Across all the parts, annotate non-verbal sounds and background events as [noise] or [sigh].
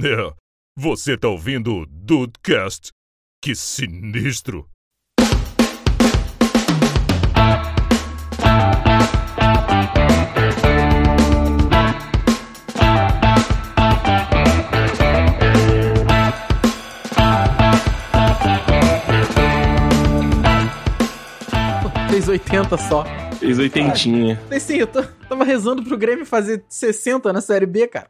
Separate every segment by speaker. Speaker 1: É, você tá ouvindo o Dudecast? Que sinistro!
Speaker 2: Fez 80 só.
Speaker 3: Fez oitentinha.
Speaker 2: Falei assim, eu tô- tava rezando pro Grêmio fazer 60 na Série B,
Speaker 3: [laughs]
Speaker 2: cara.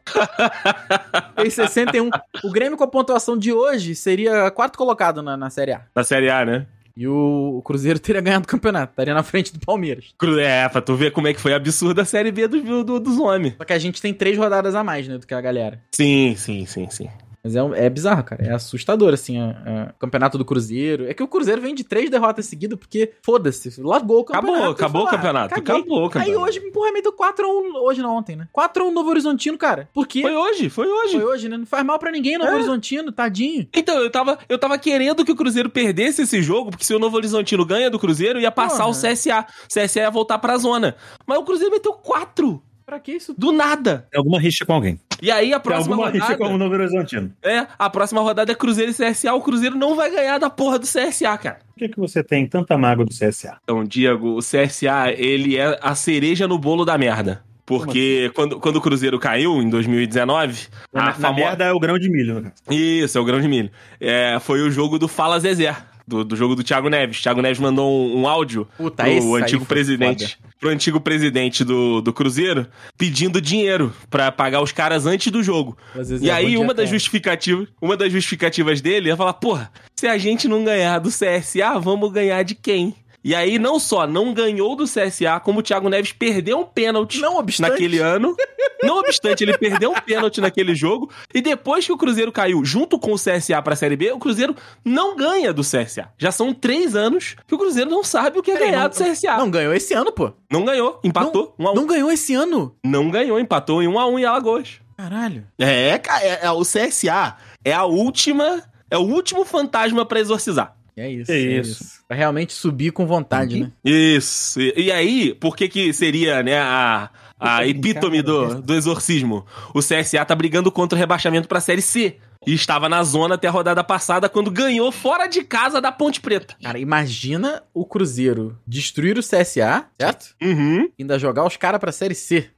Speaker 2: Fez 61. O Grêmio com a pontuação de hoje seria quarto colocado na, na Série A.
Speaker 3: Na Série A, né?
Speaker 2: E o, o Cruzeiro teria ganhado o campeonato, estaria na frente do Palmeiras.
Speaker 3: Cru- É, pra tu ver como é que foi absurda a Série B do, do- dos homens.
Speaker 2: Só que a gente tem três rodadas a mais, né, do que a galera.
Speaker 3: Sim, sim, sim, sim.
Speaker 2: Mas é, um- é bizarro, cara. É assustador, assim, a- a- o campeonato do Cruzeiro. É que o Cruzeiro vem de três derrotas seguidas, porque foda-se, largou o
Speaker 3: Acabou,
Speaker 2: campeonato.
Speaker 3: acabou o
Speaker 2: Falou, ah,
Speaker 3: campeonato.
Speaker 2: caguei.
Speaker 3: Acabou o
Speaker 2: Aí
Speaker 3: campeonato.
Speaker 2: hoje, porra, meteu 4x1, hoje não, ontem, né? 4x1 Novo Horizontino, cara. Por quê?
Speaker 3: Foi hoje, foi hoje.
Speaker 2: Foi hoje, né? Não faz mal pra ninguém, Novo Horizontino, tadinho.
Speaker 3: Então, eu tava, eu tava querendo que o Cruzeiro perdesse esse jogo, porque se o Novo Horizontino ganha do Cruzeiro, ia passar
Speaker 2: Porra.
Speaker 3: o CSA. O CSA ia voltar pra zona. Mas o Cruzeiro meteu quatro,
Speaker 2: Pra que isso?
Speaker 3: do nada.
Speaker 4: Tem alguma rixa com alguém.
Speaker 3: E aí a
Speaker 4: Tem
Speaker 3: próxima
Speaker 4: alguma rixa
Speaker 3: rodada...
Speaker 4: com o Novo Horizontino.
Speaker 3: É, a próxima rodada é Cruzeiro e CSA. O Cruzeiro não vai ganhar da porra do CSA, cara.
Speaker 4: Por que, que você tem tanta mágoa do CSA?
Speaker 3: Então, Diego, o CSA, ele é a cereja no bolo da merda. Porque
Speaker 2: assim?
Speaker 3: quando, quando o Cruzeiro caiu, em 2019,
Speaker 4: Na,
Speaker 3: a
Speaker 4: na
Speaker 3: famo-
Speaker 4: merda é o grão de milho, no caso.
Speaker 3: Isso, é o grão de milho. É, foi o jogo do Fala Zezé, do, do jogo do Thiago Neves. Thiago Neves mandou um, um áudio
Speaker 2: Puta, esse
Speaker 3: pro
Speaker 2: aí
Speaker 3: antigo
Speaker 2: foi
Speaker 3: presidente. Pro antigo presidente do, do Cruzeiro, pedindo dinheiro pra pagar os caras antes do jogo.
Speaker 2: Às vezes
Speaker 3: E
Speaker 2: é bom
Speaker 3: aí,
Speaker 2: dia
Speaker 3: uma das,
Speaker 2: até.
Speaker 3: justificativas, uma das justificativas dele é falar: porra, se a gente não ganhar do CSA, vamos ganhar de quem? E aí, não só não ganhou do CSA, como o Thiago Neves perdeu um pênalti
Speaker 2: Não obstante.
Speaker 3: naquele ano. Não obstante, ele perdeu um pênalti naquele jogo. E depois que o Cruzeiro caiu junto com o CSA pra Série B, o Cruzeiro não ganha do CSA. Já são três anos que o Cruzeiro não sabe o que é
Speaker 2: Peraí,
Speaker 3: ganhar
Speaker 2: não-
Speaker 3: do CSA. Não,
Speaker 2: Ah. Não, ganhou esse ano, pô.
Speaker 3: ganhou, empatou. um a um.
Speaker 2: Não ganhou esse ano?
Speaker 3: não ganhou, empatou em 1 um a 1 um em Alagoas.
Speaker 2: Caralho.
Speaker 3: É, cara, é, é o CSA. É a última. É o último fantasma pra exorcizar.
Speaker 2: É isso.
Speaker 4: Que
Speaker 2: é
Speaker 4: isso.
Speaker 2: Pra realmente subir com vontade, né?
Speaker 3: Isso. E, e aí, por que que seria, né, a, a epítome do, do exorcismo? O CSA tá brigando contra o rebaixamento pra Série C. E estava na zona até a rodada passada, quando ganhou fora de casa da Ponte Preta.
Speaker 2: Cara, imagina o Cruzeiro destruir o CSA, certo?
Speaker 3: Uhum.
Speaker 2: E ainda jogar os caras pra Série C.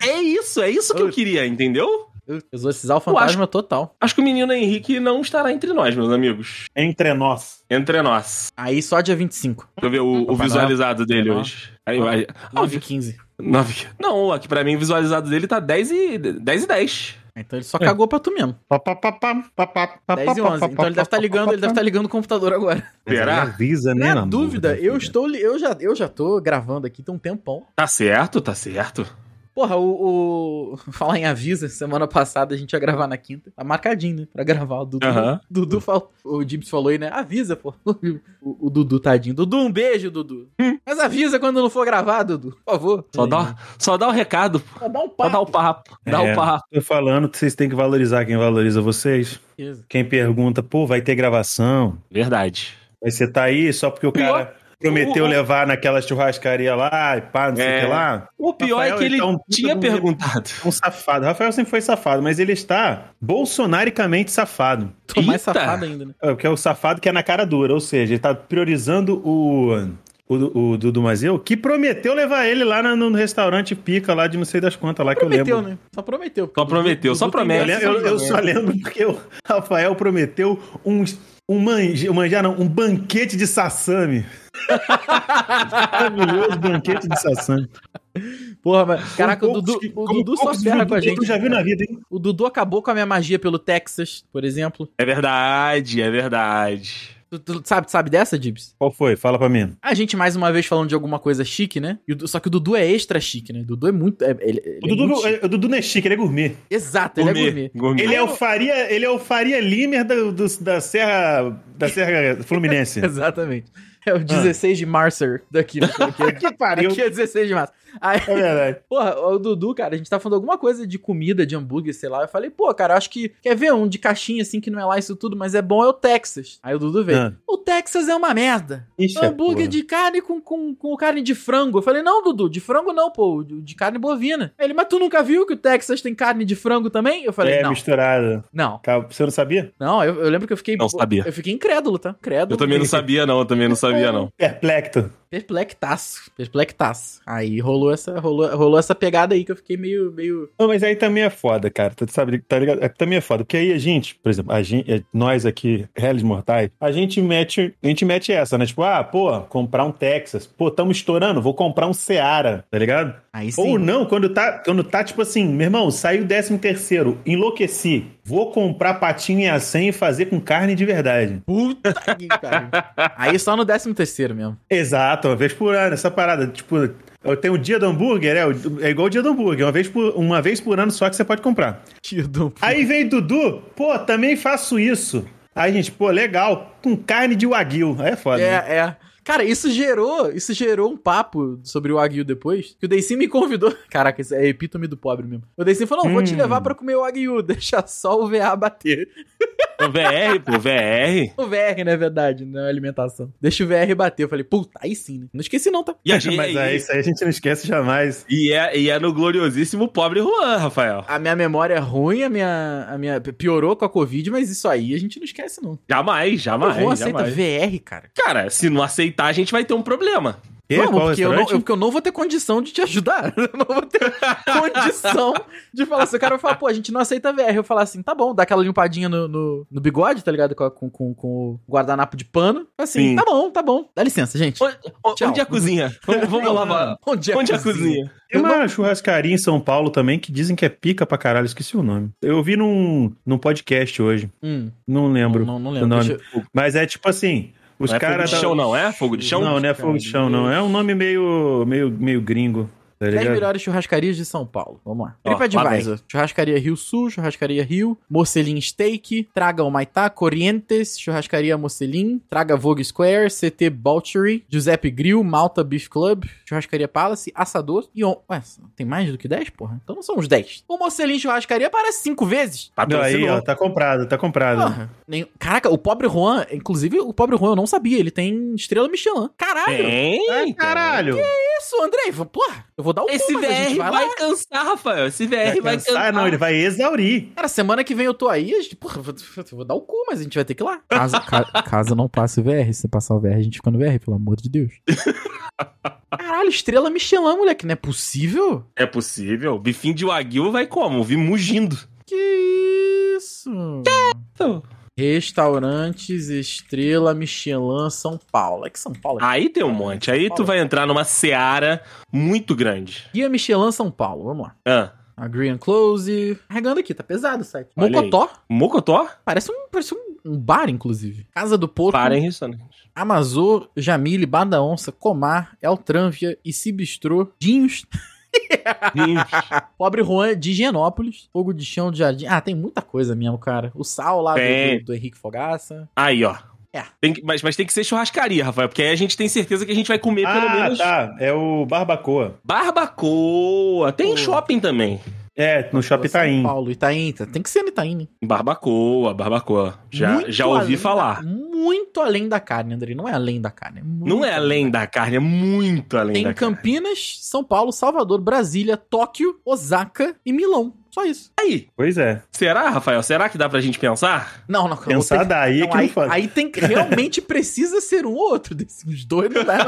Speaker 3: É isso, é isso que eu queria, entendeu?
Speaker 2: Exorcizar o fantasma total.
Speaker 3: Acho que o menino Henrique não estará entre nós, meus amigos.
Speaker 4: Entre nós.
Speaker 3: Entre nós.
Speaker 2: Aí só dia 25.
Speaker 3: Deixa eu ver o, o
Speaker 2: Papai
Speaker 3: visualizado dele
Speaker 2: Noel.
Speaker 3: hoje. Aí vai. Ah, o
Speaker 2: 9 e 15.
Speaker 3: 9. Não, aqui pra mim o visualizado dele tá 10 e 10. E 10.
Speaker 2: Então ele só cagou pra tu mesmo.
Speaker 4: Pá, pá, pá, pá, pá, pá, É. pá,
Speaker 2: 10 e
Speaker 4: pá,
Speaker 2: 11.
Speaker 4: pá,
Speaker 2: Então ele deve estar ligando, ele deve estar ligando o computador agora.
Speaker 4: Mas aí
Speaker 3: Será?
Speaker 4: Avisa, né,
Speaker 2: Na é dúvida, eu
Speaker 4: filha?
Speaker 2: estou. li- Eu já, eu já tô gravando aqui tem um tempão.
Speaker 3: Tá certo, tá certo.
Speaker 2: Porra, o, [laughs] o- Falar em avisa, semana passada a gente ia gravar na quinta. Tá marcadinho, né? Pra gravar. O Dudu,
Speaker 3: Aham.
Speaker 2: Dudu falou. O Gibbs falou aí, né? Avisa, pô. [laughs] O, o Dudu, tadinho. Dudu, um beijo, Dudu. Mas avisa quando não for gravar, Dudu. Por favor.
Speaker 3: Hum. Só dá, só dá o recado, pô.
Speaker 2: Só dá um
Speaker 3: só
Speaker 2: papo.
Speaker 3: dá o papo. Dá
Speaker 4: É.
Speaker 3: o papo.
Speaker 4: Tô falando que vocês têm que valorizar quem valoriza vocês. Quem pergunta, pô, vai ter gravação.
Speaker 3: Verdade.
Speaker 4: Aí você tá aí só porque o cara prometeu
Speaker 3: o-
Speaker 4: levar naquela churrascaria lá e pá, não sei o
Speaker 3: É.
Speaker 4: que lá.
Speaker 3: O pior
Speaker 4: Rafael,
Speaker 3: é que ele
Speaker 4: então, puta
Speaker 3: tinha
Speaker 4: do-
Speaker 3: perguntado.
Speaker 4: É um safado. Rafael sempre foi safado, mas ele está bolsonaricamente safado.
Speaker 2: Tô mais
Speaker 3: Eita.
Speaker 2: safado ainda, né?
Speaker 4: É, Que é o safado que é na cara dura, ou seja, ele está priorizando o, o, o Dudu Mazeu, que prometeu levar ele lá na- no, restaurante pica, lá de não sei das quantas, lá É que eu
Speaker 2: Prometeu,
Speaker 4: lembro.
Speaker 2: né? Só prometeu.
Speaker 3: Só prometeu, só
Speaker 2: tem
Speaker 3: promete.
Speaker 4: Eu,
Speaker 2: graça né.
Speaker 4: lembro- eu-
Speaker 2: também.
Speaker 4: eu só lembro porque o Rafael prometeu um, um, manje, um manjar, não, um banquete de sassame. Maravilhoso banquete de sassame.
Speaker 2: Porra, mas. Caraca, o
Speaker 4: Poucos
Speaker 2: Dudu,
Speaker 4: que-
Speaker 2: o
Speaker 4: como
Speaker 2: Dudu só
Speaker 4: poucos
Speaker 2: ferra com a
Speaker 4: Dudu
Speaker 2: gente.
Speaker 4: Eu já vi na vida, hein?
Speaker 2: O Dudu acabou com a minha magia pelo Texas, por exemplo.
Speaker 3: É verdade, é verdade.
Speaker 2: Tu, tu sabe, sabe dessa, Gibbs?
Speaker 4: Qual foi? Fala pra mim.
Speaker 2: A gente mais uma vez falando de alguma coisa chique, né? E o Du- só que o Dudu é extra chique, né? O Dudu é muito. é- ele- ele
Speaker 4: O
Speaker 2: é muito
Speaker 4: Dudu,
Speaker 2: chique.
Speaker 4: é- o Dudu não é chique, ele é gourmet.
Speaker 2: Exato, ele é
Speaker 3: Gourmet,
Speaker 2: gourmet. [laughs]
Speaker 3: gourmet.
Speaker 4: Ele é o Faria, ele é o Faria Limer do- do- da Serra da Serra
Speaker 2: [laughs]
Speaker 4: Fluminense.
Speaker 2: Exatamente. É
Speaker 4: Ah.
Speaker 2: o 16 de março daqui.
Speaker 4: [laughs]
Speaker 2: né? Porque
Speaker 4: que pariu.
Speaker 2: Aqui é 16 de março. Aí,
Speaker 4: É verdade.
Speaker 2: porra, o Dudu, cara, a gente tá falando alguma coisa de comida, de hambúrguer, sei lá. Eu falei, pô, cara, acho que quer ver um de caixinha assim que não é lá isso tudo, mas é bom é o Texas. Aí o Dudu veio.
Speaker 4: Ah.
Speaker 2: O Texas é uma merda.
Speaker 4: Ixi,
Speaker 2: É um hambúrguer
Speaker 4: porra.
Speaker 2: de carne com, com, com carne de frango. Eu falei, não, Dudu, de frango não, pô, de carne bovina. Ele, mas tu nunca viu que o Texas tem carne de frango também? Eu falei,
Speaker 4: É,
Speaker 2: não,
Speaker 4: misturado.
Speaker 2: não,
Speaker 4: Tá, Você não sabia?
Speaker 2: não, eu, eu lembro que eu fiquei.
Speaker 3: Não
Speaker 2: pô,
Speaker 3: sabia.
Speaker 2: Eu fiquei incrédulo, tá? Incrédulo.
Speaker 3: Eu também não sabia, não. Eu também não sabia, não.
Speaker 4: Perplecto.
Speaker 2: Perplexaço, perplexaço. Aí rolou essa, rolou, rolou essa pegada aí que eu fiquei meio, meio...
Speaker 4: Não, mas aí também é foda, cara. Tu sabe, tá ligado? É, também é foda. Porque aí a gente, por exemplo, a gente, nós aqui, réis mortais, a gente mete, a gente mete essa, né? Tipo, ah, pô, comprar um Texas. Pô, tamo estourando, vou comprar um Seara, tá ligado?
Speaker 2: Aí
Speaker 4: Ou
Speaker 2: sim,
Speaker 4: não, quando tá, quando tá tipo assim, meu irmão, saiu o 13 terceiro, enlouqueci. Vou comprar patinha a 100 e fazer com carne de verdade.
Speaker 2: puta que pariu. Aí só no 13 terceiro mesmo.
Speaker 4: Exato, uma vez por ano, essa parada, tipo, eu tenho o dia do hambúrguer, é, o- é igual o dia do hambúrguer, uma vez, por, uma vez por ano só que você pode comprar.
Speaker 2: Tio do...
Speaker 4: Aí vem Dudu, pô, também faço isso. Aí, gente, pô, legal, com carne de wagyu. Aí é foda. né?
Speaker 2: É, é. Cara, isso gerou, isso gerou um papo sobre o Wagyu depois, que o Deicin me convidou. [laughs] Caraca, isso é epítome do pobre mesmo. O Deicin falou, não, vou te
Speaker 4: Hum.
Speaker 2: levar pra comer o Wagyu, [laughs] deixa só o VA bater.
Speaker 3: O VR, Então, pô, VR.
Speaker 2: O VR, na verdade, não é alimentação. Deixa o VR bater. Eu falei, puta, aí sim, né? Não esqueci não, tá?
Speaker 3: E a gente.
Speaker 4: [laughs] Mas aí, isso aí a gente não esquece jamais.
Speaker 3: E é, e é no gloriosíssimo pobre Juan, Rafael.
Speaker 2: A minha memória é ruim, a minha, a minha piorou com a Covid, mas isso aí a gente não esquece, não.
Speaker 3: Jamais,
Speaker 2: O Juan
Speaker 3: jamais,
Speaker 2: aceita
Speaker 3: jamais.
Speaker 2: VR, cara.
Speaker 3: Cara, se não aceitar, a gente vai ter um problema.
Speaker 4: E,
Speaker 2: Vamos,
Speaker 4: qual
Speaker 2: porque eu, não,
Speaker 4: restaurante?
Speaker 2: eu- porque eu não vou ter condição de te ajudar. [laughs] Eu não vou ter condição de falar assim. O cara vai falar, pô, a gente não aceita VR. Eu falar assim, tá bom, dá aquela limpadinha no, no, no bigode, tá ligado? Com, a- com, com, com o guardanapo de pano. Assim,
Speaker 3: Sim.
Speaker 2: tá bom, tá bom. Dá licença, gente.
Speaker 3: O-
Speaker 2: Tchau.
Speaker 3: Onde é a cozinha? Vamos, vamos lá, mano.
Speaker 2: Onde é,
Speaker 3: Onde é a cozinha?
Speaker 4: Tem uma churrascaria em São Paulo também que dizem que é pica pra caralho, esqueci o nome. Eu vi num, num podcast hoje,
Speaker 2: Hum,
Speaker 4: não lembro.
Speaker 2: não, não
Speaker 4: o
Speaker 2: lembro.
Speaker 4: nome.
Speaker 2: Deixa eu-
Speaker 4: Mas é tipo assim, os
Speaker 3: Hum. não é fogo
Speaker 4: caras...
Speaker 3: de
Speaker 4: da-
Speaker 3: chão, não, é? Fogo de chão?
Speaker 4: Não, não é fogo de chão, não. É um nome meio, meio, meio gringo, tá
Speaker 2: 10
Speaker 4: ligado?
Speaker 2: melhores churrascarias de São Paulo. Vamos lá.
Speaker 3: Ó,
Speaker 2: TripAdvisor. Churrascaria Rio Sul, Churrascaria Rio, Morcelim Steak, Traga o Maitá, Corrientes, Churrascaria Morcelim, Traga Vogue Square, CT Balchery, Giuseppe Grill, Malta Beef Club, Churrascaria Palace, Assador e... On... Ué, tem mais do que 10, porra? Então não são uns 10. O Morcelim Churrascaria aparece 5 vezes.
Speaker 4: Não, Aí, ó,
Speaker 3: Patrocinou.
Speaker 4: tá comprado, tá comprado.
Speaker 3: Ah,
Speaker 2: Porra. Nem... Caraca, o pobre Juan... Inclusive, o pobre Juan eu não sabia. Ele tem estrela Michelin. Caralho!
Speaker 3: Tem,
Speaker 4: Ah,
Speaker 3: tem.
Speaker 4: caralho!
Speaker 2: Isso, Andrei. v- Porra, eu vou dar o
Speaker 3: Esse
Speaker 2: cu, mas a gente
Speaker 3: VR vai,
Speaker 2: lá.
Speaker 3: cansar, Rafael. Esse VR
Speaker 4: Vai
Speaker 3: é, vai
Speaker 4: cansar?
Speaker 3: cansar.
Speaker 4: Ah, não, ele vai exaurir.
Speaker 2: Cara, semana que vem eu tô aí, a gente, porra, vou, vou dar o cu, mas a gente vai ter que ir lá. Caso, ca- caso não passe o VR, se passar o VR, a gente fica no VR, pelo amor de Deus. [laughs] Caralho, estrela Michelin, moleque, não é possível?
Speaker 3: É possível. Bifinho de Wagyu vai como? Vi mugindo.
Speaker 2: Que isso? Restaurantes Estrela Michelin São Paulo. É que São Paulo é...
Speaker 3: Aí tem um monte. Aí tu vai entrar numa seara muito grande.
Speaker 2: Guia Michelin São Paulo, vamos lá.
Speaker 3: Ah,
Speaker 2: Agree and Close. Carregando aqui, tá pesado o site.
Speaker 3: Olha aí.
Speaker 2: Mocotó.
Speaker 3: Mocotó?
Speaker 2: Parece um, parece um- um bar, inclusive. Casa do Porco.
Speaker 3: Para em [laughs] restaurante.
Speaker 2: Amazô, Jamile, Bada Onça, Comar, Eltrânvia e Cibistrô, Dinhos, Pobre Juan de Higienópolis, Fogo de Chão de Jardim. Ah, tem muita coisa mesmo, cara. O Sal lá do,
Speaker 3: Tem.
Speaker 2: do- do Henrique Fogaça.
Speaker 3: Aí, ó.
Speaker 2: É.
Speaker 3: Tem que- mas, mas tem que ser churrascaria, Rafael, porque aí a gente tem certeza que a gente vai comer pelo
Speaker 4: ah,
Speaker 3: menos
Speaker 4: tá. É o Barbacoa.
Speaker 3: barbacoa. Tem
Speaker 2: Pô.
Speaker 3: shopping também.
Speaker 4: É, no Shopping Itaim.
Speaker 2: São Paulo, Itaim. tá- Tem que ser no Itaim, né?
Speaker 3: Barbacoa, barbacoa. Já,
Speaker 2: Muito
Speaker 3: já ouvi
Speaker 2: além
Speaker 3: falar.
Speaker 2: da- muito além da carne, André. Não é além da carne. muito
Speaker 3: Não é além da carne, é muito além
Speaker 2: Tem
Speaker 3: da carne.
Speaker 2: Campinas, São Paulo, Salvador, Brasília, Tóquio, Osaka e Milão. Só isso.
Speaker 3: Aí,
Speaker 4: Pois é.
Speaker 3: será, Rafael? Será que dá pra gente pensar?
Speaker 2: Não, não. eu vou
Speaker 3: Então,
Speaker 4: Pensar
Speaker 2: ter-
Speaker 4: daí é
Speaker 2: Não,
Speaker 4: que
Speaker 2: Então, aí,
Speaker 4: não faz.
Speaker 2: aí tem que realmente precisa ser um ou outro desses. Os dois não
Speaker 4: [laughs]
Speaker 2: dá.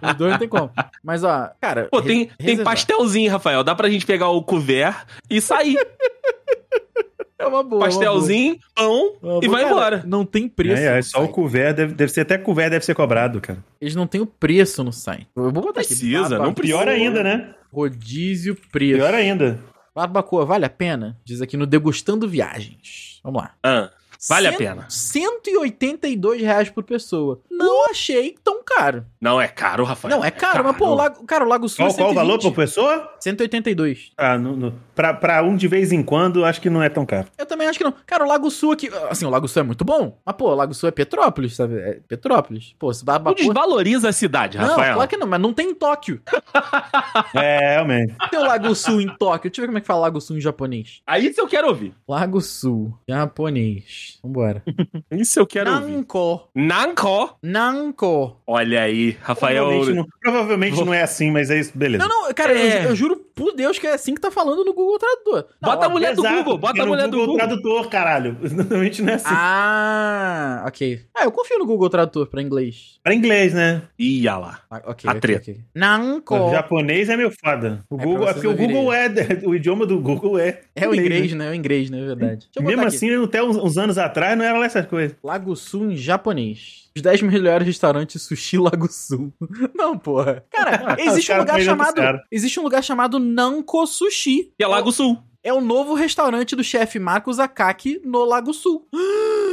Speaker 2: não. Os dois não tem como. Mas, ó, cara.
Speaker 3: Pô,
Speaker 2: re-
Speaker 3: tem, tem
Speaker 2: reservar.
Speaker 3: pastelzinho, Rafael. Dá pra gente pegar o couvert e sair.
Speaker 2: É uma [laughs] boa. é uma boa.
Speaker 3: pastelzinho,
Speaker 2: É
Speaker 3: pão.
Speaker 2: uma
Speaker 3: e
Speaker 2: boa.
Speaker 3: vai
Speaker 2: Cara,
Speaker 3: embora.
Speaker 2: Não tem preço.
Speaker 4: É, é,
Speaker 2: no
Speaker 4: só o
Speaker 2: site.
Speaker 4: couvert deve, deve ser até couvert deve ser cobrado, cara.
Speaker 2: Eles não têm o preço no site. Eu vou botar aqui.
Speaker 3: Precisa, não
Speaker 2: Barbacoa,
Speaker 3: precisa.
Speaker 4: Pior ainda, né?
Speaker 2: Rodízio preço.
Speaker 4: Pior ainda.
Speaker 2: Barbacoa, vale a pena? Diz aqui no Degustando Viagens. Vamos lá.
Speaker 3: Ah, Vale a
Speaker 2: Cento-
Speaker 3: pena.
Speaker 2: 182 reais por pessoa. Não achei tão caro.
Speaker 3: não é caro, Rafael.
Speaker 2: não, é caro, mas pô, o Lago, cara, o Lago Sul
Speaker 4: Qual,
Speaker 2: é
Speaker 4: qual o valor
Speaker 2: 120.
Speaker 4: por pessoa?
Speaker 2: 182.
Speaker 4: Ah, no, no- pra, pra um de vez em quando, acho que não é tão caro.
Speaker 3: [laughs]
Speaker 2: Eu também também acho que não. Cara, o Lago Sul aqui. Assim, o Lago Sul é muito bom. Mas, pô, o Lago Sul é Petrópolis, sabe? É Petrópolis. Pô, se vai
Speaker 3: Tu desvaloriza a cidade,
Speaker 2: Não,
Speaker 3: Rafael.
Speaker 2: claro que não, mas não tem em Tóquio.
Speaker 4: É, realmente.
Speaker 2: Tem o Lago Sul em Tóquio. Deixa eu ver como é que fala Lago Sul em japonês.
Speaker 3: Aí isso eu quero ouvir.
Speaker 2: Lago Sul, japonês. Vambora.
Speaker 3: Isso eu quero ouvir.
Speaker 2: Nanko.
Speaker 3: Nanko.
Speaker 2: Nanko.
Speaker 3: Olha aí, Rafael.
Speaker 4: Provavelmente, não, provavelmente não é assim, mas é isso. Beleza.
Speaker 2: Não, não, cara, eu-
Speaker 3: É.
Speaker 2: eu, juro por Deus que é assim que tá falando no Google Tradutor.
Speaker 3: Bota a mulher do
Speaker 4: Exato,
Speaker 3: Google, bota
Speaker 4: porque
Speaker 3: a
Speaker 4: no
Speaker 3: mulher do Google.
Speaker 4: tradutor, caralho. [laughs] Normalmente não é assim.
Speaker 2: Ah, ok. Ah, eu confio no Google Tradutor pra inglês.
Speaker 4: Pra inglês, né?
Speaker 3: Ia lá.
Speaker 2: Ah, Ok,
Speaker 3: A
Speaker 2: ok,
Speaker 3: treta.
Speaker 2: ok.
Speaker 4: O
Speaker 2: Nanko.
Speaker 4: japonês é meu foda. O
Speaker 2: É,
Speaker 4: Google,
Speaker 2: pra
Speaker 4: é
Speaker 2: vocês
Speaker 4: porque o Google é. [laughs] O idioma do Google é.
Speaker 2: É o inglês, né? É o inglês, né? É verdade. Deixa eu
Speaker 4: Mesmo
Speaker 2: botar aqui.
Speaker 4: assim, até uns, uns anos atrás não era lá essas coisas.
Speaker 2: Lago Sul em japonês. Os 10 melhores restaurantes sushi Lago Sul. [laughs] Não, porra.
Speaker 4: [laughs]
Speaker 2: Cara, existe um
Speaker 4: Cara,
Speaker 2: lugar
Speaker 4: melhor dos
Speaker 2: chamado.
Speaker 4: caras.
Speaker 2: Existe um lugar chamado Nanko Sushi.
Speaker 3: E é Lago Sul.
Speaker 2: É o novo restaurante do chefe Marcos Akaki no Lago Sul. [gasps]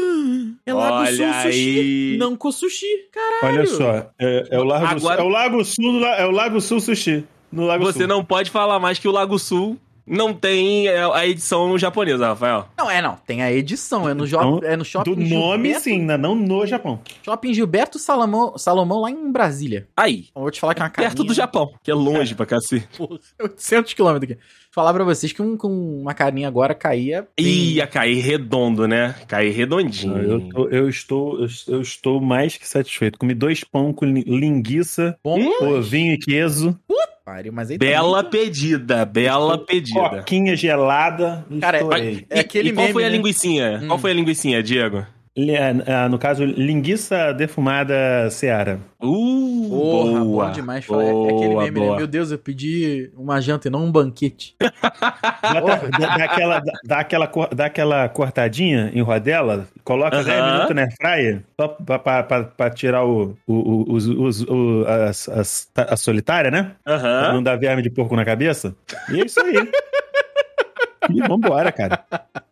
Speaker 2: É Lago
Speaker 3: Olha
Speaker 2: Sul Sushi.
Speaker 3: aí.
Speaker 2: Nanko Sushi. Caralho.
Speaker 4: Olha só, é, é o Lago
Speaker 3: Agora-
Speaker 4: Sul, é o Lago Sul, do La- é o Lago Sul Sushi. No Lago
Speaker 3: Você
Speaker 4: Sul.
Speaker 3: não pode falar mais que o Lago Sul não tem é, a edição japonesa, Rafael.
Speaker 2: Não, é não. Tem a edição. É no, jo-
Speaker 4: Então,
Speaker 2: é no shopping.
Speaker 4: Do nome,
Speaker 2: Gilberto,
Speaker 4: sim, né? não no Japão.
Speaker 2: Shopping Gilberto Salomão, Salomão lá em Brasília.
Speaker 3: Aí.
Speaker 2: Eu vou te falar que é uma carinha.
Speaker 3: Perto do Japão, que é longe pra cacete.
Speaker 2: Pô, 800 quilômetros aqui. Falar pra vocês que um, com uma carinha agora caía. bem.
Speaker 3: Ia cair redondo, né? Cair redondinho.
Speaker 4: Ah, Eu, tô- eu estou, eu, eu estou mais que satisfeito. Comi dois pão com li- linguiça,
Speaker 2: Bom,
Speaker 4: ovinho e queijo,
Speaker 2: pariu, mas aí tá
Speaker 3: Bela
Speaker 2: muito-
Speaker 3: pedida, bela pedida.
Speaker 4: coquinha gelada.
Speaker 2: Cara,
Speaker 4: estourei.
Speaker 2: É aquele
Speaker 3: e qual
Speaker 2: meme,
Speaker 3: foi a
Speaker 2: né?
Speaker 3: linguicinha?
Speaker 2: Hum.
Speaker 3: Qual foi a linguicinha, Diego?
Speaker 4: Li- ah, ah, no caso, linguiça defumada Seara.
Speaker 3: Uh,
Speaker 2: Porra,
Speaker 3: boa.
Speaker 2: bom demais. falar.
Speaker 3: Boa,
Speaker 2: é aquele meme, né?
Speaker 3: boa. É,
Speaker 2: Meu Deus, eu pedi uma janta e não um banquete. [laughs]
Speaker 4: Bota- dá, dá aquela, dá, dá aquela, cor- dá aquela cortadinha em rodela, coloca
Speaker 3: Aham.
Speaker 4: 10 minutos na airfryer, só pra, pra- pra- pra tirar o, o, o- os- os- o- as- as- a solitária, né? Pra
Speaker 3: Aham.
Speaker 4: não dar verme de porco na cabeça. E é
Speaker 2: [laughs]
Speaker 4: isso aí. e vambora, cara.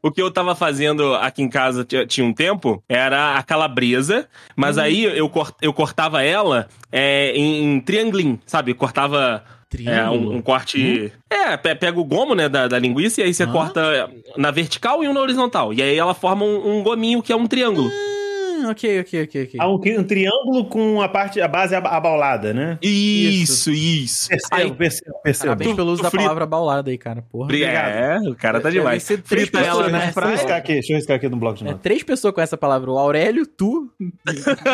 Speaker 3: O que eu tava fazendo aqui em casa t- tinha um tempo era a calabresa, mas
Speaker 2: Uhum.
Speaker 3: aí eu, cor- eu cortava ela é, em, em triangulinho, sabe? Cortava é,
Speaker 2: Uhum.
Speaker 3: um, um corte. É, pe- pega o gomo, né, da, da linguiça, e aí você
Speaker 2: Ah.
Speaker 3: corta na vertical e um na horizontal. E aí ela forma um, um gominho que é um triângulo.
Speaker 2: Hum, ok, ok, ok, ok.
Speaker 3: Ah,
Speaker 4: Há um, tri- um triângulo com a parte, a base ab- abaulada, né?
Speaker 3: Isso, isso.
Speaker 4: Percebo,
Speaker 3: Aí,
Speaker 4: percebo, percebo.
Speaker 2: Parabéns pelo uso da
Speaker 3: frito.
Speaker 2: palavra baulada aí, cara. Porra.
Speaker 3: é, o cara tá demais.
Speaker 2: Deve ser três
Speaker 3: Frita
Speaker 2: pessoas,
Speaker 3: ela na
Speaker 2: né?
Speaker 3: air
Speaker 4: Deixa eu riscar
Speaker 3: fryer.
Speaker 4: aqui, deixa eu riscar aqui no bloco de
Speaker 2: É
Speaker 4: novo.
Speaker 2: três pessoas com essa palavra. O Aurélio, tu. [laughs]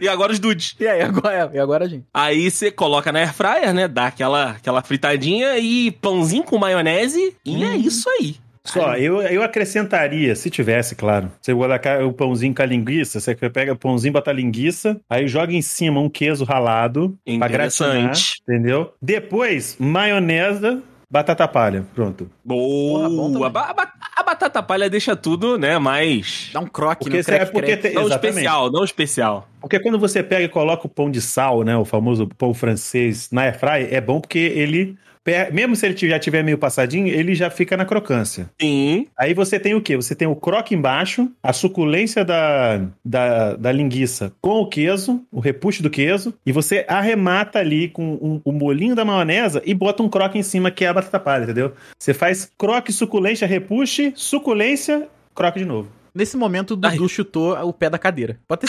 Speaker 3: E agora os dudes.
Speaker 2: E aí, agora, e agora a gente?
Speaker 3: Aí você coloca na air fryer, né? Dá aquela, aquela fritadinha e pãozinho com maionese. E
Speaker 2: Hum.
Speaker 3: é isso aí.
Speaker 4: Só, eu, eu acrescentaria, se tivesse, claro. Você colocar o pãozinho com a linguiça, você pega o pãozinho, bota a linguiça, aí joga em cima um queijo ralado
Speaker 2: né?
Speaker 4: pra gratinar,
Speaker 3: Interessante.
Speaker 4: entendeu? Depois, maionese, batata palha, pronto.
Speaker 3: Boa.
Speaker 2: Porra, bom também.
Speaker 3: a, ba- a ba- a batata palha deixa tudo, né? Mas.
Speaker 2: Dá um croque
Speaker 4: Porque,
Speaker 2: no
Speaker 4: você- é
Speaker 2: crack,
Speaker 4: porque,
Speaker 2: crack.
Speaker 4: tem-
Speaker 3: Não
Speaker 4: exatamente.
Speaker 3: especial, não especial.
Speaker 4: porque quando você pega e coloca o pão de sal, né, o famoso pão francês na airfryer, é bom porque ele, pe- mesmo se ele já tiver meio passadinho, ele já fica na crocância.
Speaker 3: Sim.
Speaker 4: Aí você tem o quê? Você tem o croque embaixo, a suculência da, da, da linguiça com o queijo, o repuxo do queijo, e você arremata ali com um- o molinho da maionese e bota um croque em cima, que é a batata palha, entendeu? Você faz croque, suculência, repuxe, suculência, croque de novo.
Speaker 2: Nesse momento, o Dudu chutou o pé da cadeira. Pode ter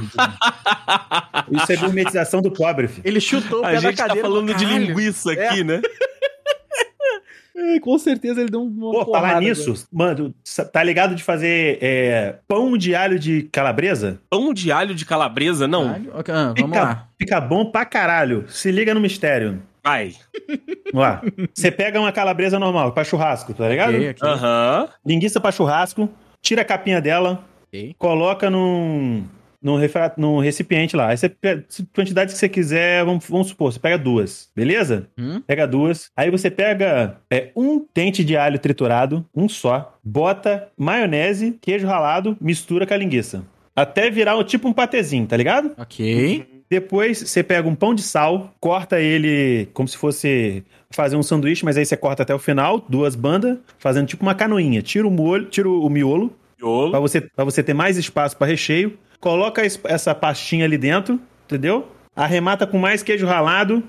Speaker 2: certeza.
Speaker 4: Isso é gourmetização do pobre, filho.
Speaker 2: Ele chutou o pé
Speaker 3: A
Speaker 2: da
Speaker 3: gente
Speaker 2: cadeira.
Speaker 3: tá falando de
Speaker 2: Caralho.
Speaker 3: linguiça aqui, né?
Speaker 2: É, Com certeza ele deu uma
Speaker 4: Pô,
Speaker 2: porrada
Speaker 4: falar
Speaker 2: agora.
Speaker 4: nisso, mano, tá ligado de fazer é, pão de alho de calabresa?
Speaker 3: Pão de alho de calabresa, não.
Speaker 2: Caralho. Ok, ah, vamos
Speaker 4: Fica-
Speaker 2: lá.
Speaker 4: Fica bom pra caralho. Se liga no mistério.
Speaker 3: Vai.
Speaker 4: Vamos
Speaker 2: [laughs]
Speaker 4: lá. Você pega uma calabresa normal pra churrasco, tá ligado?
Speaker 2: Ok, ok.
Speaker 3: Aham.
Speaker 4: Linguiça pra churrasco, tira a capinha dela,
Speaker 2: Ok.
Speaker 4: coloca num, num, refra- num recipiente lá. Aí você pega se- quantidade que você quiser, vamos, vamos supor, você pega duas, beleza?
Speaker 3: Ah.
Speaker 2: Hum?
Speaker 4: Pega duas. Aí você pega é, um dente de alho triturado, um só, bota maionese, queijo ralado, mistura com a linguiça. Até virar um- tipo um patezinho, tá ligado?
Speaker 2: Ok.
Speaker 4: Depois você pega um pão de sal, corta ele como se fosse fazer um sanduíche, mas aí você corta até o final, duas bandas, fazendo tipo uma canoinha. Tira o molho, tira o miolo,
Speaker 3: Miolo.
Speaker 4: pra você, pra você ter mais espaço pra recheio. Coloca es- essa pastinha ali dentro, entendeu? Arremata com mais queijo ralado.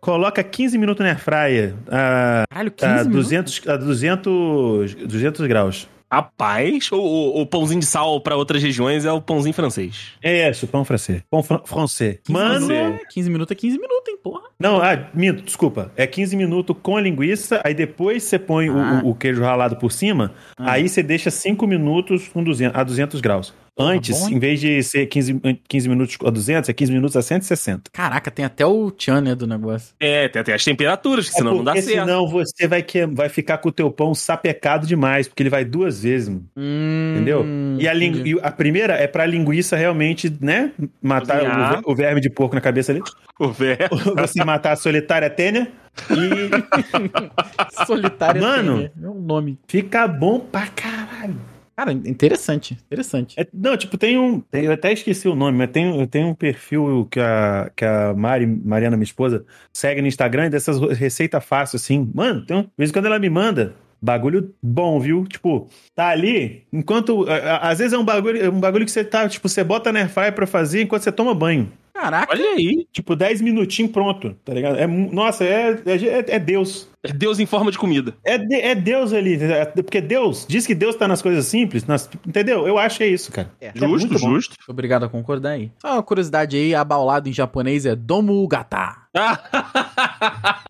Speaker 4: Coloca 15 minutos na airfryer, a,
Speaker 2: Caralho,
Speaker 4: a
Speaker 2: 15 minutos.
Speaker 4: 200, a 200, 200 ah, graus.
Speaker 3: Rapaz, o, o, o pãozinho de sal pra outras regiões é o pãozinho francês.
Speaker 4: É isso, pão francês. Pão fran francês. Mano.
Speaker 3: francês.
Speaker 2: 15 minutos é 15 minutos, hein, porra.
Speaker 4: Não, ah, minto, desculpa. É 15 minutos com a linguiça, aí depois você põe o-
Speaker 2: Ah.
Speaker 4: o, o queijo ralado por cima,
Speaker 2: Ah.
Speaker 4: aí você deixa 5 minutos com 200, a 200 graus. Antes,
Speaker 2: bom, hein?
Speaker 4: em vez de ser 15, 15 minutos a 200, é 15 minutos a 160.
Speaker 2: Caraca, tem até o tchan, né, do negócio.
Speaker 3: É, tem até as temperaturas, que
Speaker 2: É
Speaker 3: senão não dá
Speaker 4: É
Speaker 3: [laughs]
Speaker 4: porque
Speaker 3: certo.
Speaker 4: senão você vai, que, vai ficar com o teu pão sapecado demais, porque ele vai duas vezes, mano.
Speaker 2: Hum,
Speaker 4: Entendeu? E a, lin-
Speaker 2: entendi.
Speaker 4: e a primeira é pra linguiça realmente, né? Matar o,
Speaker 3: Cozinhar.
Speaker 4: ver- o verme de porco na cabeça ali.
Speaker 3: O velho.
Speaker 4: Você matar a solitária tênia. E
Speaker 2: [laughs] Solitária
Speaker 4: Mano.
Speaker 2: Tênia, É um nome.
Speaker 4: fica bom pra caralho.
Speaker 2: Cara, interessante, interessante.
Speaker 4: É- não, tipo, tem um. tem- eu até esqueci o nome, mas tem, tem um perfil que a, que a Mari, Mariana, minha esposa, segue no Instagram dessas receitas fáceis, assim. Mano, tem um, de vez em quando ela me manda. Bagulho bom, viu? Tipo, tá ali, enquanto. a- a- Às vezes é um bagulho, é um bagulho que você tá, tipo, você bota na airfryer pra fazer enquanto você toma banho.
Speaker 2: Caraca,
Speaker 3: Olha aí.
Speaker 4: Tipo, 10 minutinhos pronto, tá ligado? É, mu- nossa, é, é, é Deus.
Speaker 3: É Deus em forma de comida.
Speaker 4: É, de- é Deus ali. é- porque Deus diz que Deus tá nas coisas simples. nas- entendeu? Eu acho que é isso, cara.
Speaker 2: É
Speaker 3: Justo,
Speaker 4: muito bom.
Speaker 3: justo.
Speaker 2: obrigado a concordar aí. Só uma curiosidade aí, a baulada em japonês é Domu
Speaker 4: [laughs]
Speaker 2: Gata.
Speaker 3: Ah,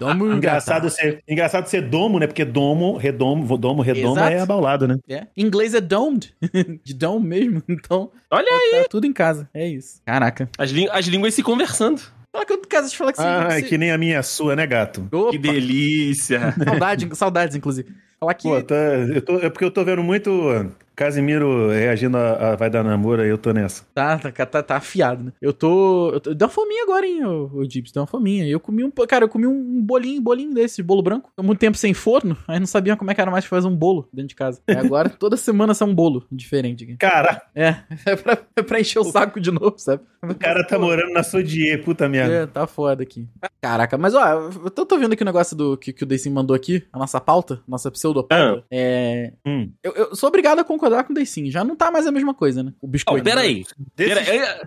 Speaker 2: Domu
Speaker 4: Engraçado ser, engraçado ser domo, né? Porque domo, redomo, domo, redomo
Speaker 2: Exato.
Speaker 4: é abaulado, né?
Speaker 2: É. Em inglês é domed. [laughs] De dome mesmo. Então,
Speaker 3: Olha
Speaker 2: tá tudo em casa. É isso. Caraca.
Speaker 3: as, lí- as línguas se conversando.
Speaker 2: Fala que eu tô em casa de falar que você.
Speaker 4: Ai,
Speaker 2: você-
Speaker 4: que nem a minha é sua, né, gato? [laughs]
Speaker 2: Opa,
Speaker 3: Que delícia.
Speaker 2: saudade, saudades, inclusive. Falar que.
Speaker 4: Pô, tá, eu tô, é porque eu tô vendo muito ah, Casimiro reagindo a, a Vai Dar Namoro aí, eu tô nessa.
Speaker 2: Tá, tá, tá, tá afiado, né? Eu tô, eu tô. Deu uma fominha agora, hein, ô, ô Dips? Deu uma fominha. Eu comi um. po- Cara, eu comi um bolinho, bolinho desse, bolo branco. Tô muito tempo sem forno, aí não sabia como é que era mais fazer um bolo dentro de casa. E agora, [laughs] toda semana são um bolo diferente. aqui.
Speaker 4: Cara,
Speaker 2: É, [laughs] é pra, é pra encher o saco de novo, sabe?
Speaker 4: o cara tá morando na sua dieta, puta merda.
Speaker 2: É, tá foda aqui. Caraca, mas ó, eu tô, tô vendo aqui o negócio do que, que o Deicin mandou aqui, a nossa pauta, nossa pseudopauta. É.
Speaker 4: Hum.
Speaker 2: Eu, eu sou obrigado a concordar com o Deicin, já não tá mais a mesma coisa, né? O biscoito.
Speaker 3: Oh, peraí. é,
Speaker 4: Desse-
Speaker 3: Pera-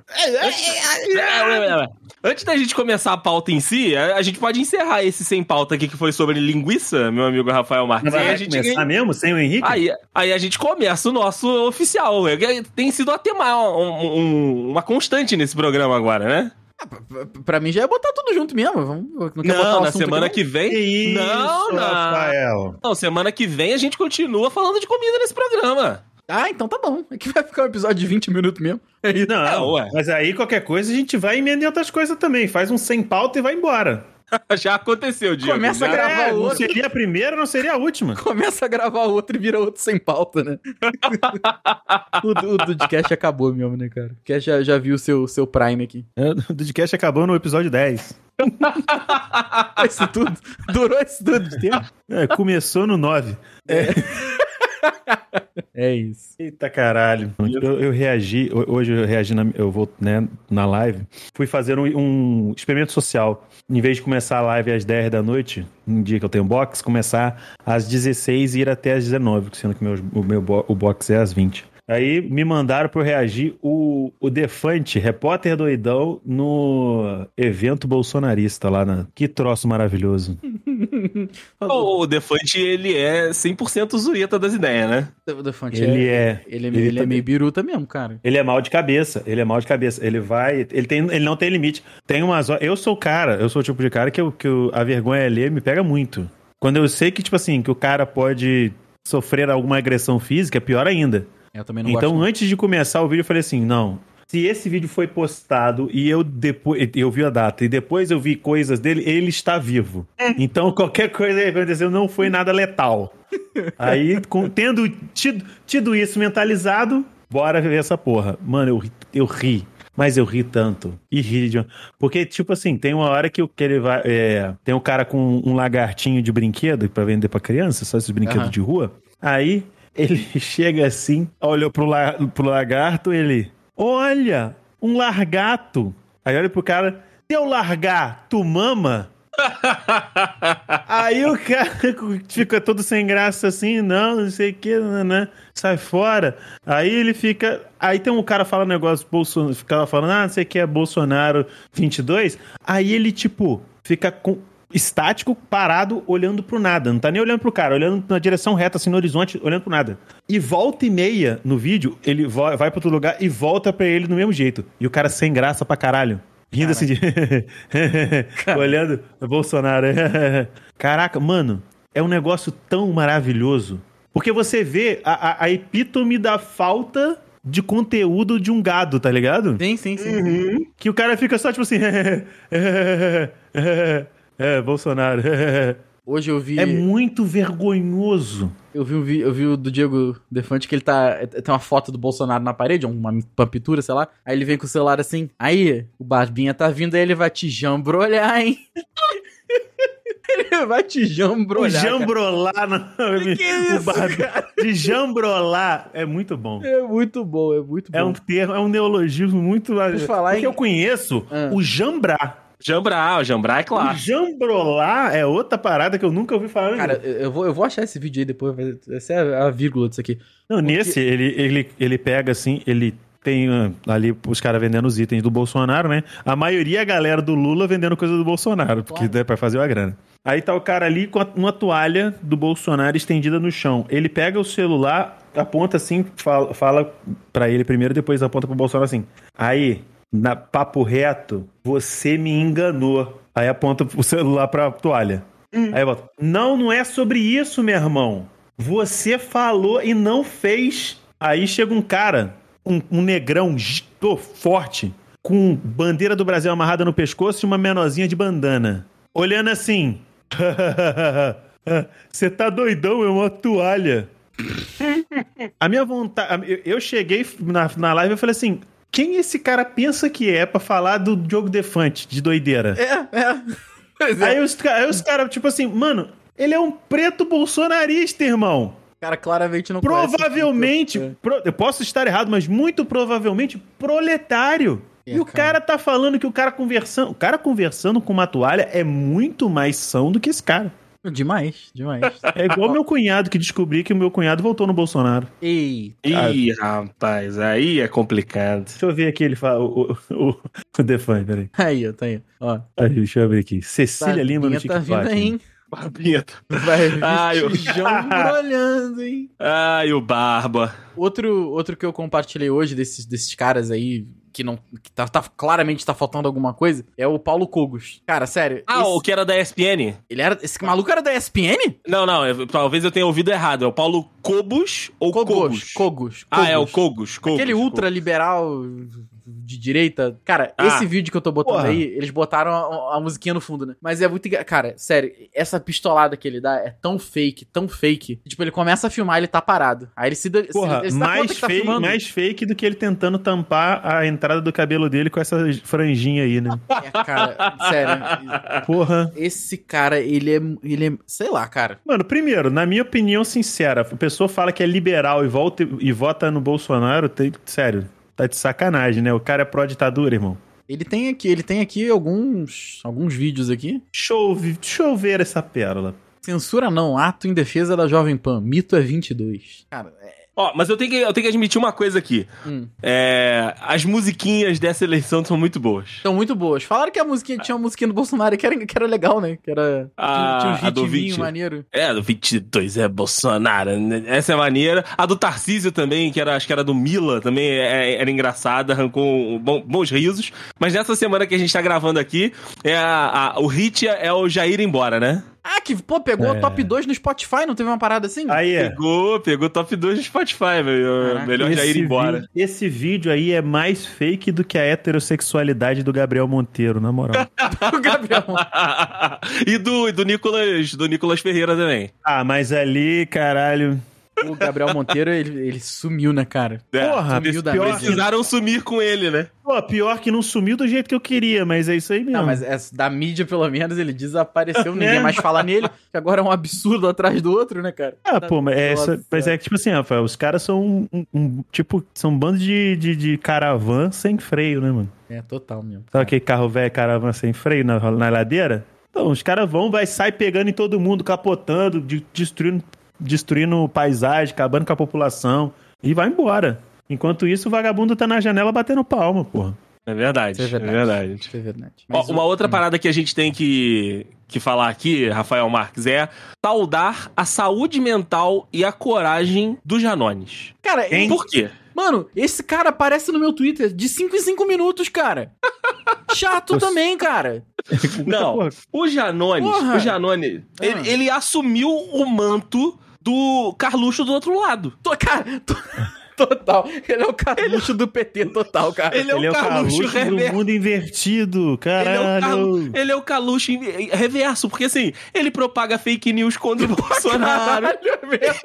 Speaker 3: é, Antes da gente começar a pauta em si, a a gente pode encerrar esse sem pauta aqui que foi sobre linguiça, meu amigo Rafael Martins. Aí a
Speaker 4: Vai
Speaker 3: gente
Speaker 4: começar mesmo sem o Henrique?
Speaker 3: Aí, aí a gente começa o nosso oficial. É, Tem sido até uma, um- um- uma constante nesse programa agora, né?
Speaker 2: Pra- Pra mim já é botar tudo junto mesmo. Vamos, não quer botar o
Speaker 3: Não, na
Speaker 2: assunto
Speaker 3: semana
Speaker 2: aqui,
Speaker 3: que vem.
Speaker 4: Que isso,
Speaker 3: não, não.
Speaker 4: Rafael.
Speaker 3: Não, semana que vem a gente continua falando de comida nesse programa. [laughs]
Speaker 2: não? Ah, então tá bom. É que vai ficar um episódio de 20 minutos mesmo.
Speaker 4: [laughs]
Speaker 2: [laughs]
Speaker 4: Não,
Speaker 3: É, ué.
Speaker 4: mas aí qualquer coisa a gente vai emendando outras coisas também. Faz um sem pauta e vai embora.
Speaker 3: Já aconteceu, Diego.
Speaker 2: Começa
Speaker 3: já.
Speaker 2: a gravar
Speaker 4: É, não
Speaker 2: outro.
Speaker 4: seria a primeira, não seria a última.
Speaker 2: Começa a gravar outro e vira outro sem pauta,
Speaker 4: [laughs]
Speaker 2: né? o, o podcast acabou mesmo, né, cara? O cast já, já viu o seu, seu Prime aqui.
Speaker 4: É, O podcast acabou no episódio 10.
Speaker 2: Ah, Isso tudo? Durou isso tudo de tempo?
Speaker 4: É, começou no 9.
Speaker 2: É isso.
Speaker 4: Eita caralho. Eu, eu reagi, ho- hoje eu reagi, na, eu vou né, na live. Fui fazer um, um experimento social. Em vez de começar a live às 10 da noite, um dia que eu tenho box, começar às 16 e ir até às 19, sendo que meus- o meu bo- o box é às 20. Aí me mandaram pra eu reagir o, o Defante, repórter doidão, no evento bolsonarista lá na. Que troço maravilhoso.
Speaker 2: Falou.
Speaker 3: O Defante, ele é 100% zureta das ideias, né?
Speaker 2: O Defante é.
Speaker 4: Ele é.
Speaker 2: Ele, é,
Speaker 4: ele
Speaker 2: ele é
Speaker 4: também.
Speaker 2: meio biruta mesmo, cara.
Speaker 4: Ele é mal de cabeça, ele é mal de cabeça. Ele vai. Ele, tem, ele não tem limite. Tem umas horas. Eu sou o cara, eu sou o tipo de cara que, eu, que eu- a vergonha é ler me pega muito. Quando eu sei que, tipo assim, que o cara pode sofrer alguma agressão física, é pior ainda.
Speaker 2: Eu também não
Speaker 4: Então,
Speaker 2: gosto.
Speaker 4: antes de começar o vídeo, eu falei assim: não. Se esse vídeo foi postado e eu depois eu vi a data e depois eu vi coisas dele, ele está vivo. Então qualquer coisa que aconteceu não foi nada letal. Aí, com- tendo tido, tido isso mentalizado, bora ver essa porra. Mano, eu, ri- eu ri. Mas eu ri tanto. E ri de uma... Porque, tipo assim, tem uma hora que, o- que ele vai. é, tem um cara com um lagartinho de brinquedo pra vender pra criança, só esses brinquedos
Speaker 2: Aham.
Speaker 4: de rua. Aí ele [laughs] chega assim, olhou pro, la- pro lagarto, ele. Olha, um largato. Aí olha pro cara. Se eu largar, tu mama? Aí o cara [laughs] fica todo sem graça assim, não, não sei o que, né? Sai fora. Aí ele fica. Aí tem um cara falando negócio, Bolsonaro, ficava falando, ah, não sei o que é Bolsonaro 22. Aí ele, tipo, fica com. estático, parado, olhando pro nada. Não tá nem olhando pro cara, olhando na direção reta, assim, no horizonte, olhando pro nada. E volta e meia no vídeo, ele vo- vai pra outro lugar e volta pra ele do mesmo jeito. E o cara sem graça pra caralho. Rindo assim de. [laughs] olhando. Bolsonaro. [laughs] Caraca, mano, é um negócio tão maravilhoso. Porque você vê a, a- a epítome da falta de conteúdo de um gado, tá ligado?
Speaker 2: Sim, sim, sim.
Speaker 4: Uhum. Que o cara fica só tipo assim. [laughs] é, Bolsonaro.
Speaker 2: Hoje eu vi.
Speaker 4: É muito vergonhoso.
Speaker 2: Eu vi, um vi- eu vi o do Diego Defante que ele tá. é- Tem uma foto do Bolsonaro na parede, uma, uma pintura, sei lá. Aí ele vem com o celular assim. Aí, o Barbinha tá vindo, aí ele vai te jambrolhar, hein? [laughs] ele vai te
Speaker 4: O
Speaker 2: jambrolhar. cara.
Speaker 4: jambrolar não,
Speaker 2: Que que é
Speaker 4: [laughs] o
Speaker 2: isso,
Speaker 4: bar-
Speaker 2: cara?
Speaker 4: De jambrolar é muito bom.
Speaker 2: É muito bom, é muito bom.
Speaker 4: É um termo, é um neologismo muito. ah,
Speaker 2: eu falar
Speaker 4: Porque
Speaker 2: em-
Speaker 4: eu conheço
Speaker 2: Ah.
Speaker 4: o jambrar.
Speaker 3: Jambrá, o Jambrá é
Speaker 4: O
Speaker 3: clássico.
Speaker 4: jambrolar é outra parada que eu nunca ouvi falar.
Speaker 2: Cara, eu eu vou, eu vou achar esse vídeo aí depois. vai- Essa é a vírgula disso aqui.
Speaker 4: Não, nesse, ele, ele, ele pega assim, ele tem ah, ali os caras vendendo os itens do Bolsonaro, né? A maioria é a galera do Lula vendendo coisa do Bolsonaro, porque
Speaker 2: Claro.
Speaker 4: é pra fazer uma grana. Aí tá o cara ali com a- uma toalha do Bolsonaro estendida no chão. Ele pega o celular, aponta assim, fala, fala pra ele primeiro, depois aponta pro Bolsonaro assim. Aí, na papo reto, você me enganou. Aí aponta o celular pra toalha. Aí bota, não, não é sobre isso, meu irmão. Você falou e não fez. Aí chega um cara, um, um negrão gigô, forte, com bandeira do Brasil amarrada no pescoço e uma menorzinha de bandana. Olhando assim. [laughs] Você tá doidão, é uma toalha. A minha vontade. eu- Eu cheguei na, na live e falei assim: quem esse cara pensa que é pra falar do Diogo Defante, de doideira?
Speaker 2: É, é. [laughs] Pois é.
Speaker 4: Aí os, ca- aí os caras, tipo assim, mano, ele é um preto bolsonarista, irmão.
Speaker 2: O cara claramente não conhece o Twitter. é um
Speaker 4: Provavelmente, pro- eu posso estar errado, mas muito provavelmente proletário.
Speaker 2: É,
Speaker 4: e o
Speaker 2: cara.
Speaker 4: cara tá falando que o cara conversando, o cara conversando com uma toalha é muito mais são do que esse cara.
Speaker 2: É. Demais,
Speaker 4: [laughs]
Speaker 2: demais.
Speaker 4: É igual meu cunhado que descobri que o meu cunhado voltou no Bolsonaro.
Speaker 2: Ei,
Speaker 3: Ih, rapaz, aí é complicado.
Speaker 4: Deixa eu ver aqui ele fala o o, o, o Defante, peraí.
Speaker 2: aí, eu tenho. Ó.
Speaker 4: Aí, deixa eu abrir aqui. Cecília Lima no
Speaker 2: Barbinha tá vindo
Speaker 4: TikTok.
Speaker 2: aí, hein?
Speaker 3: Barbinha.
Speaker 2: Vai
Speaker 3: Ah, eu-
Speaker 2: [laughs] jambrolhando, hein?
Speaker 3: Ai, o Barba.
Speaker 2: Outro, outro que eu compartilhei hoje desses, desses caras aí que não que tá, tá- claramente tá faltando alguma coisa é o Paulo Cogos. Cara, sério,
Speaker 3: Ah,
Speaker 2: esse,
Speaker 3: o que era da ESPN?
Speaker 2: ele era esse maluco era da ESPN?
Speaker 3: Não, não, eu- talvez eu tenha ouvido errado. É o Paulo Cobos ou Cogos?
Speaker 2: Cogos, Cogos.
Speaker 3: Ah, é o Cogos, Cogos.
Speaker 2: Aquele ultraliberal de direita. Cara,
Speaker 3: Ah.
Speaker 2: esse vídeo que eu tô botando
Speaker 4: Porra.
Speaker 2: aí, eles botaram a, a musiquinha no fundo, né? Mas é muito. engra- Cara, sério, essa pistolada que ele dá é tão fake, tão fake. Tipo, ele começa a filmar, ele tá parado. Aí ele se. dá- se-
Speaker 4: Porra,
Speaker 2: ele se dá conta
Speaker 4: mais,
Speaker 2: que tá
Speaker 4: fake,
Speaker 2: filmando.
Speaker 4: mais fake do que ele tentando tampar a entrada do cabelo dele com essa franjinha aí, né?
Speaker 2: É, cara, sério.
Speaker 4: Porra.
Speaker 2: Esse cara, ele é. Ele é. Sei lá, cara.
Speaker 4: Mano, primeiro, na minha opinião sincera, a pessoa fala que é liberal e, volta, e vota no Bolsonaro, tem, sério, tá de sacanagem, né? O cara é pró-ditadura, irmão.
Speaker 2: Ele tem aqui, ele tem aqui alguns. alguns vídeos aqui.
Speaker 4: Deixa eu, vi- deixa eu ver essa pérola.
Speaker 2: Censura não, ato em defesa da Jovem Pan. Mito é 22. Cara, é.
Speaker 3: Ó, mas eu tenho, que, eu tenho que admitir uma coisa aqui.
Speaker 2: Hum.
Speaker 3: É, as musiquinhas dessa eleição são muito boas.
Speaker 2: São muito boas. Falaram que a musiquinha tinha uma musiquinha do Bolsonaro que era, que era legal, né? Que era.
Speaker 3: Ah,
Speaker 2: tinha,
Speaker 3: a
Speaker 2: tinha
Speaker 3: do
Speaker 2: um ritminho
Speaker 3: 20.
Speaker 2: maneiro.
Speaker 3: É, do 22 é Bolsonaro. né? Essa é maneira. A do Tarcísio também, que era, acho que era do Mila, também é- era engraçada, arrancou um bom- bons risos. Mas nessa semana que a gente tá gravando aqui, é a- a- o hit é o Jair embora, né?
Speaker 2: Ah, que, pô, pegou
Speaker 4: É.
Speaker 2: o top 2 no Spotify, não teve uma parada assim?
Speaker 4: Aí é.
Speaker 3: Pegou, pegou top 2 no Spotify, meu.
Speaker 2: Caraca,
Speaker 3: Melhor Jair
Speaker 4: Esse
Speaker 3: embora.
Speaker 4: vídeo- esse vídeo aí é mais fake do que a heterossexualidade do Gabriel Monteiro, na moral.
Speaker 2: [laughs]
Speaker 3: [laughs]
Speaker 2: o Gabriel.
Speaker 3: [laughs] e do, e do Nicolas, do Nicolas Ferreira também.
Speaker 4: ah, mas ali, caralho.
Speaker 2: o Gabriel Monteiro, ele, ele sumiu, né, cara?
Speaker 3: É,
Speaker 4: Porra,
Speaker 2: sumiu da
Speaker 4: pior, que,
Speaker 2: mesa.
Speaker 3: precisaram sumir com ele, né?
Speaker 4: pô, pior que não sumiu do jeito que eu queria, mas é isso aí mesmo.
Speaker 2: Não, mas essa- da mídia, pelo menos, ele desapareceu, ninguém
Speaker 4: É.
Speaker 2: mais fala nele, que agora é um absurdo atrás do outro, né, cara?
Speaker 4: Ah, pô, mas é,
Speaker 2: Nossa.
Speaker 4: essa- mas é que, tipo assim, Rafael, os caras são um, um- um- tipo, são um bando de, de, de caravan sem freio, né, mano?
Speaker 2: É, total mesmo.
Speaker 4: Sabe aquele carro velho caravan sem freio na, na ladeira? Então, os caras vão, vai, sai pegando em todo mundo, capotando, de- destruindo, destruindo paisagem, acabando com a população e vai embora. Enquanto isso, o vagabundo tá na janela batendo palma, porra.
Speaker 3: É verdade.
Speaker 2: Isso é verdade.
Speaker 3: É verdade.
Speaker 2: Isso é verdade.
Speaker 3: Ó,
Speaker 2: Mas
Speaker 3: uma
Speaker 2: o-
Speaker 3: outra
Speaker 2: Hum.
Speaker 3: parada que a gente tem que, que falar aqui, Rafael Marques, é saudar a saúde mental e a coragem dos Janones.
Speaker 2: Cara, ele-
Speaker 3: Por quê?
Speaker 2: mano, esse cara aparece no meu Twitter de 5 em 5 minutos, cara. Chato também, cara.
Speaker 3: Não,
Speaker 4: Porra,
Speaker 3: o Janones,
Speaker 2: Porra.
Speaker 3: o Janone,
Speaker 2: Ah.
Speaker 3: ele, ele assumiu o manto do Carluxo do outro lado.
Speaker 2: Tô, cara, tô- total. Ele é o carluxo do PT total, cara.
Speaker 3: Ele é o
Speaker 4: Ele é o
Speaker 3: Carluxo
Speaker 4: Carluxo do
Speaker 3: reverso.
Speaker 4: mundo invertido,
Speaker 3: Ele é, o
Speaker 4: caralho.
Speaker 3: Carlu- ele é o Carluxo em- reverso, porque assim, ele propaga fake news contra o Bolsonaro,
Speaker 2: [laughs] Caralho, é mesmo.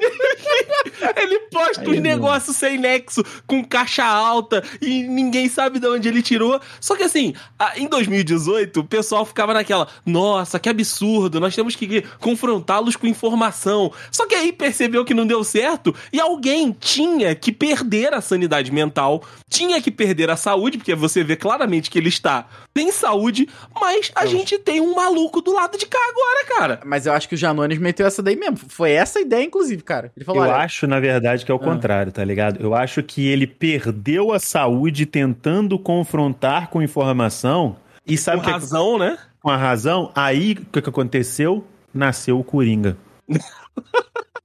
Speaker 3: Ele posta
Speaker 4: Aí,
Speaker 3: uns
Speaker 4: meu.
Speaker 3: negócios sem nexo, com caixa alta, e ninguém sabe de onde ele tirou. Só que assim, a- em 2018, o pessoal ficava naquela, nossa, que absurdo, nós temos que confrontá-los com informação. Só que aí percebeu que não deu certo, e alguém tinha que perder a sanidade mental, tinha que perder a saúde, porque você vê claramente que ele está sem saúde, mas a gente tem um maluco do lado de cá agora, cara.
Speaker 2: Mas eu acho que o Janones meteu essa daí mesmo. Foi essa a ideia, inclusive, cara. Ele falou,
Speaker 4: Eu
Speaker 2: olha,
Speaker 4: acho, na verdade, que é o
Speaker 2: Ah.
Speaker 4: contrário, tá ligado? Eu acho que ele perdeu a saúde tentando confrontar com informação e sabe
Speaker 3: Com
Speaker 4: o que é-
Speaker 3: razão, né?
Speaker 4: com a razão? Aí o que, que aconteceu? Nasceu
Speaker 3: [laughs]
Speaker 4: o Coringa.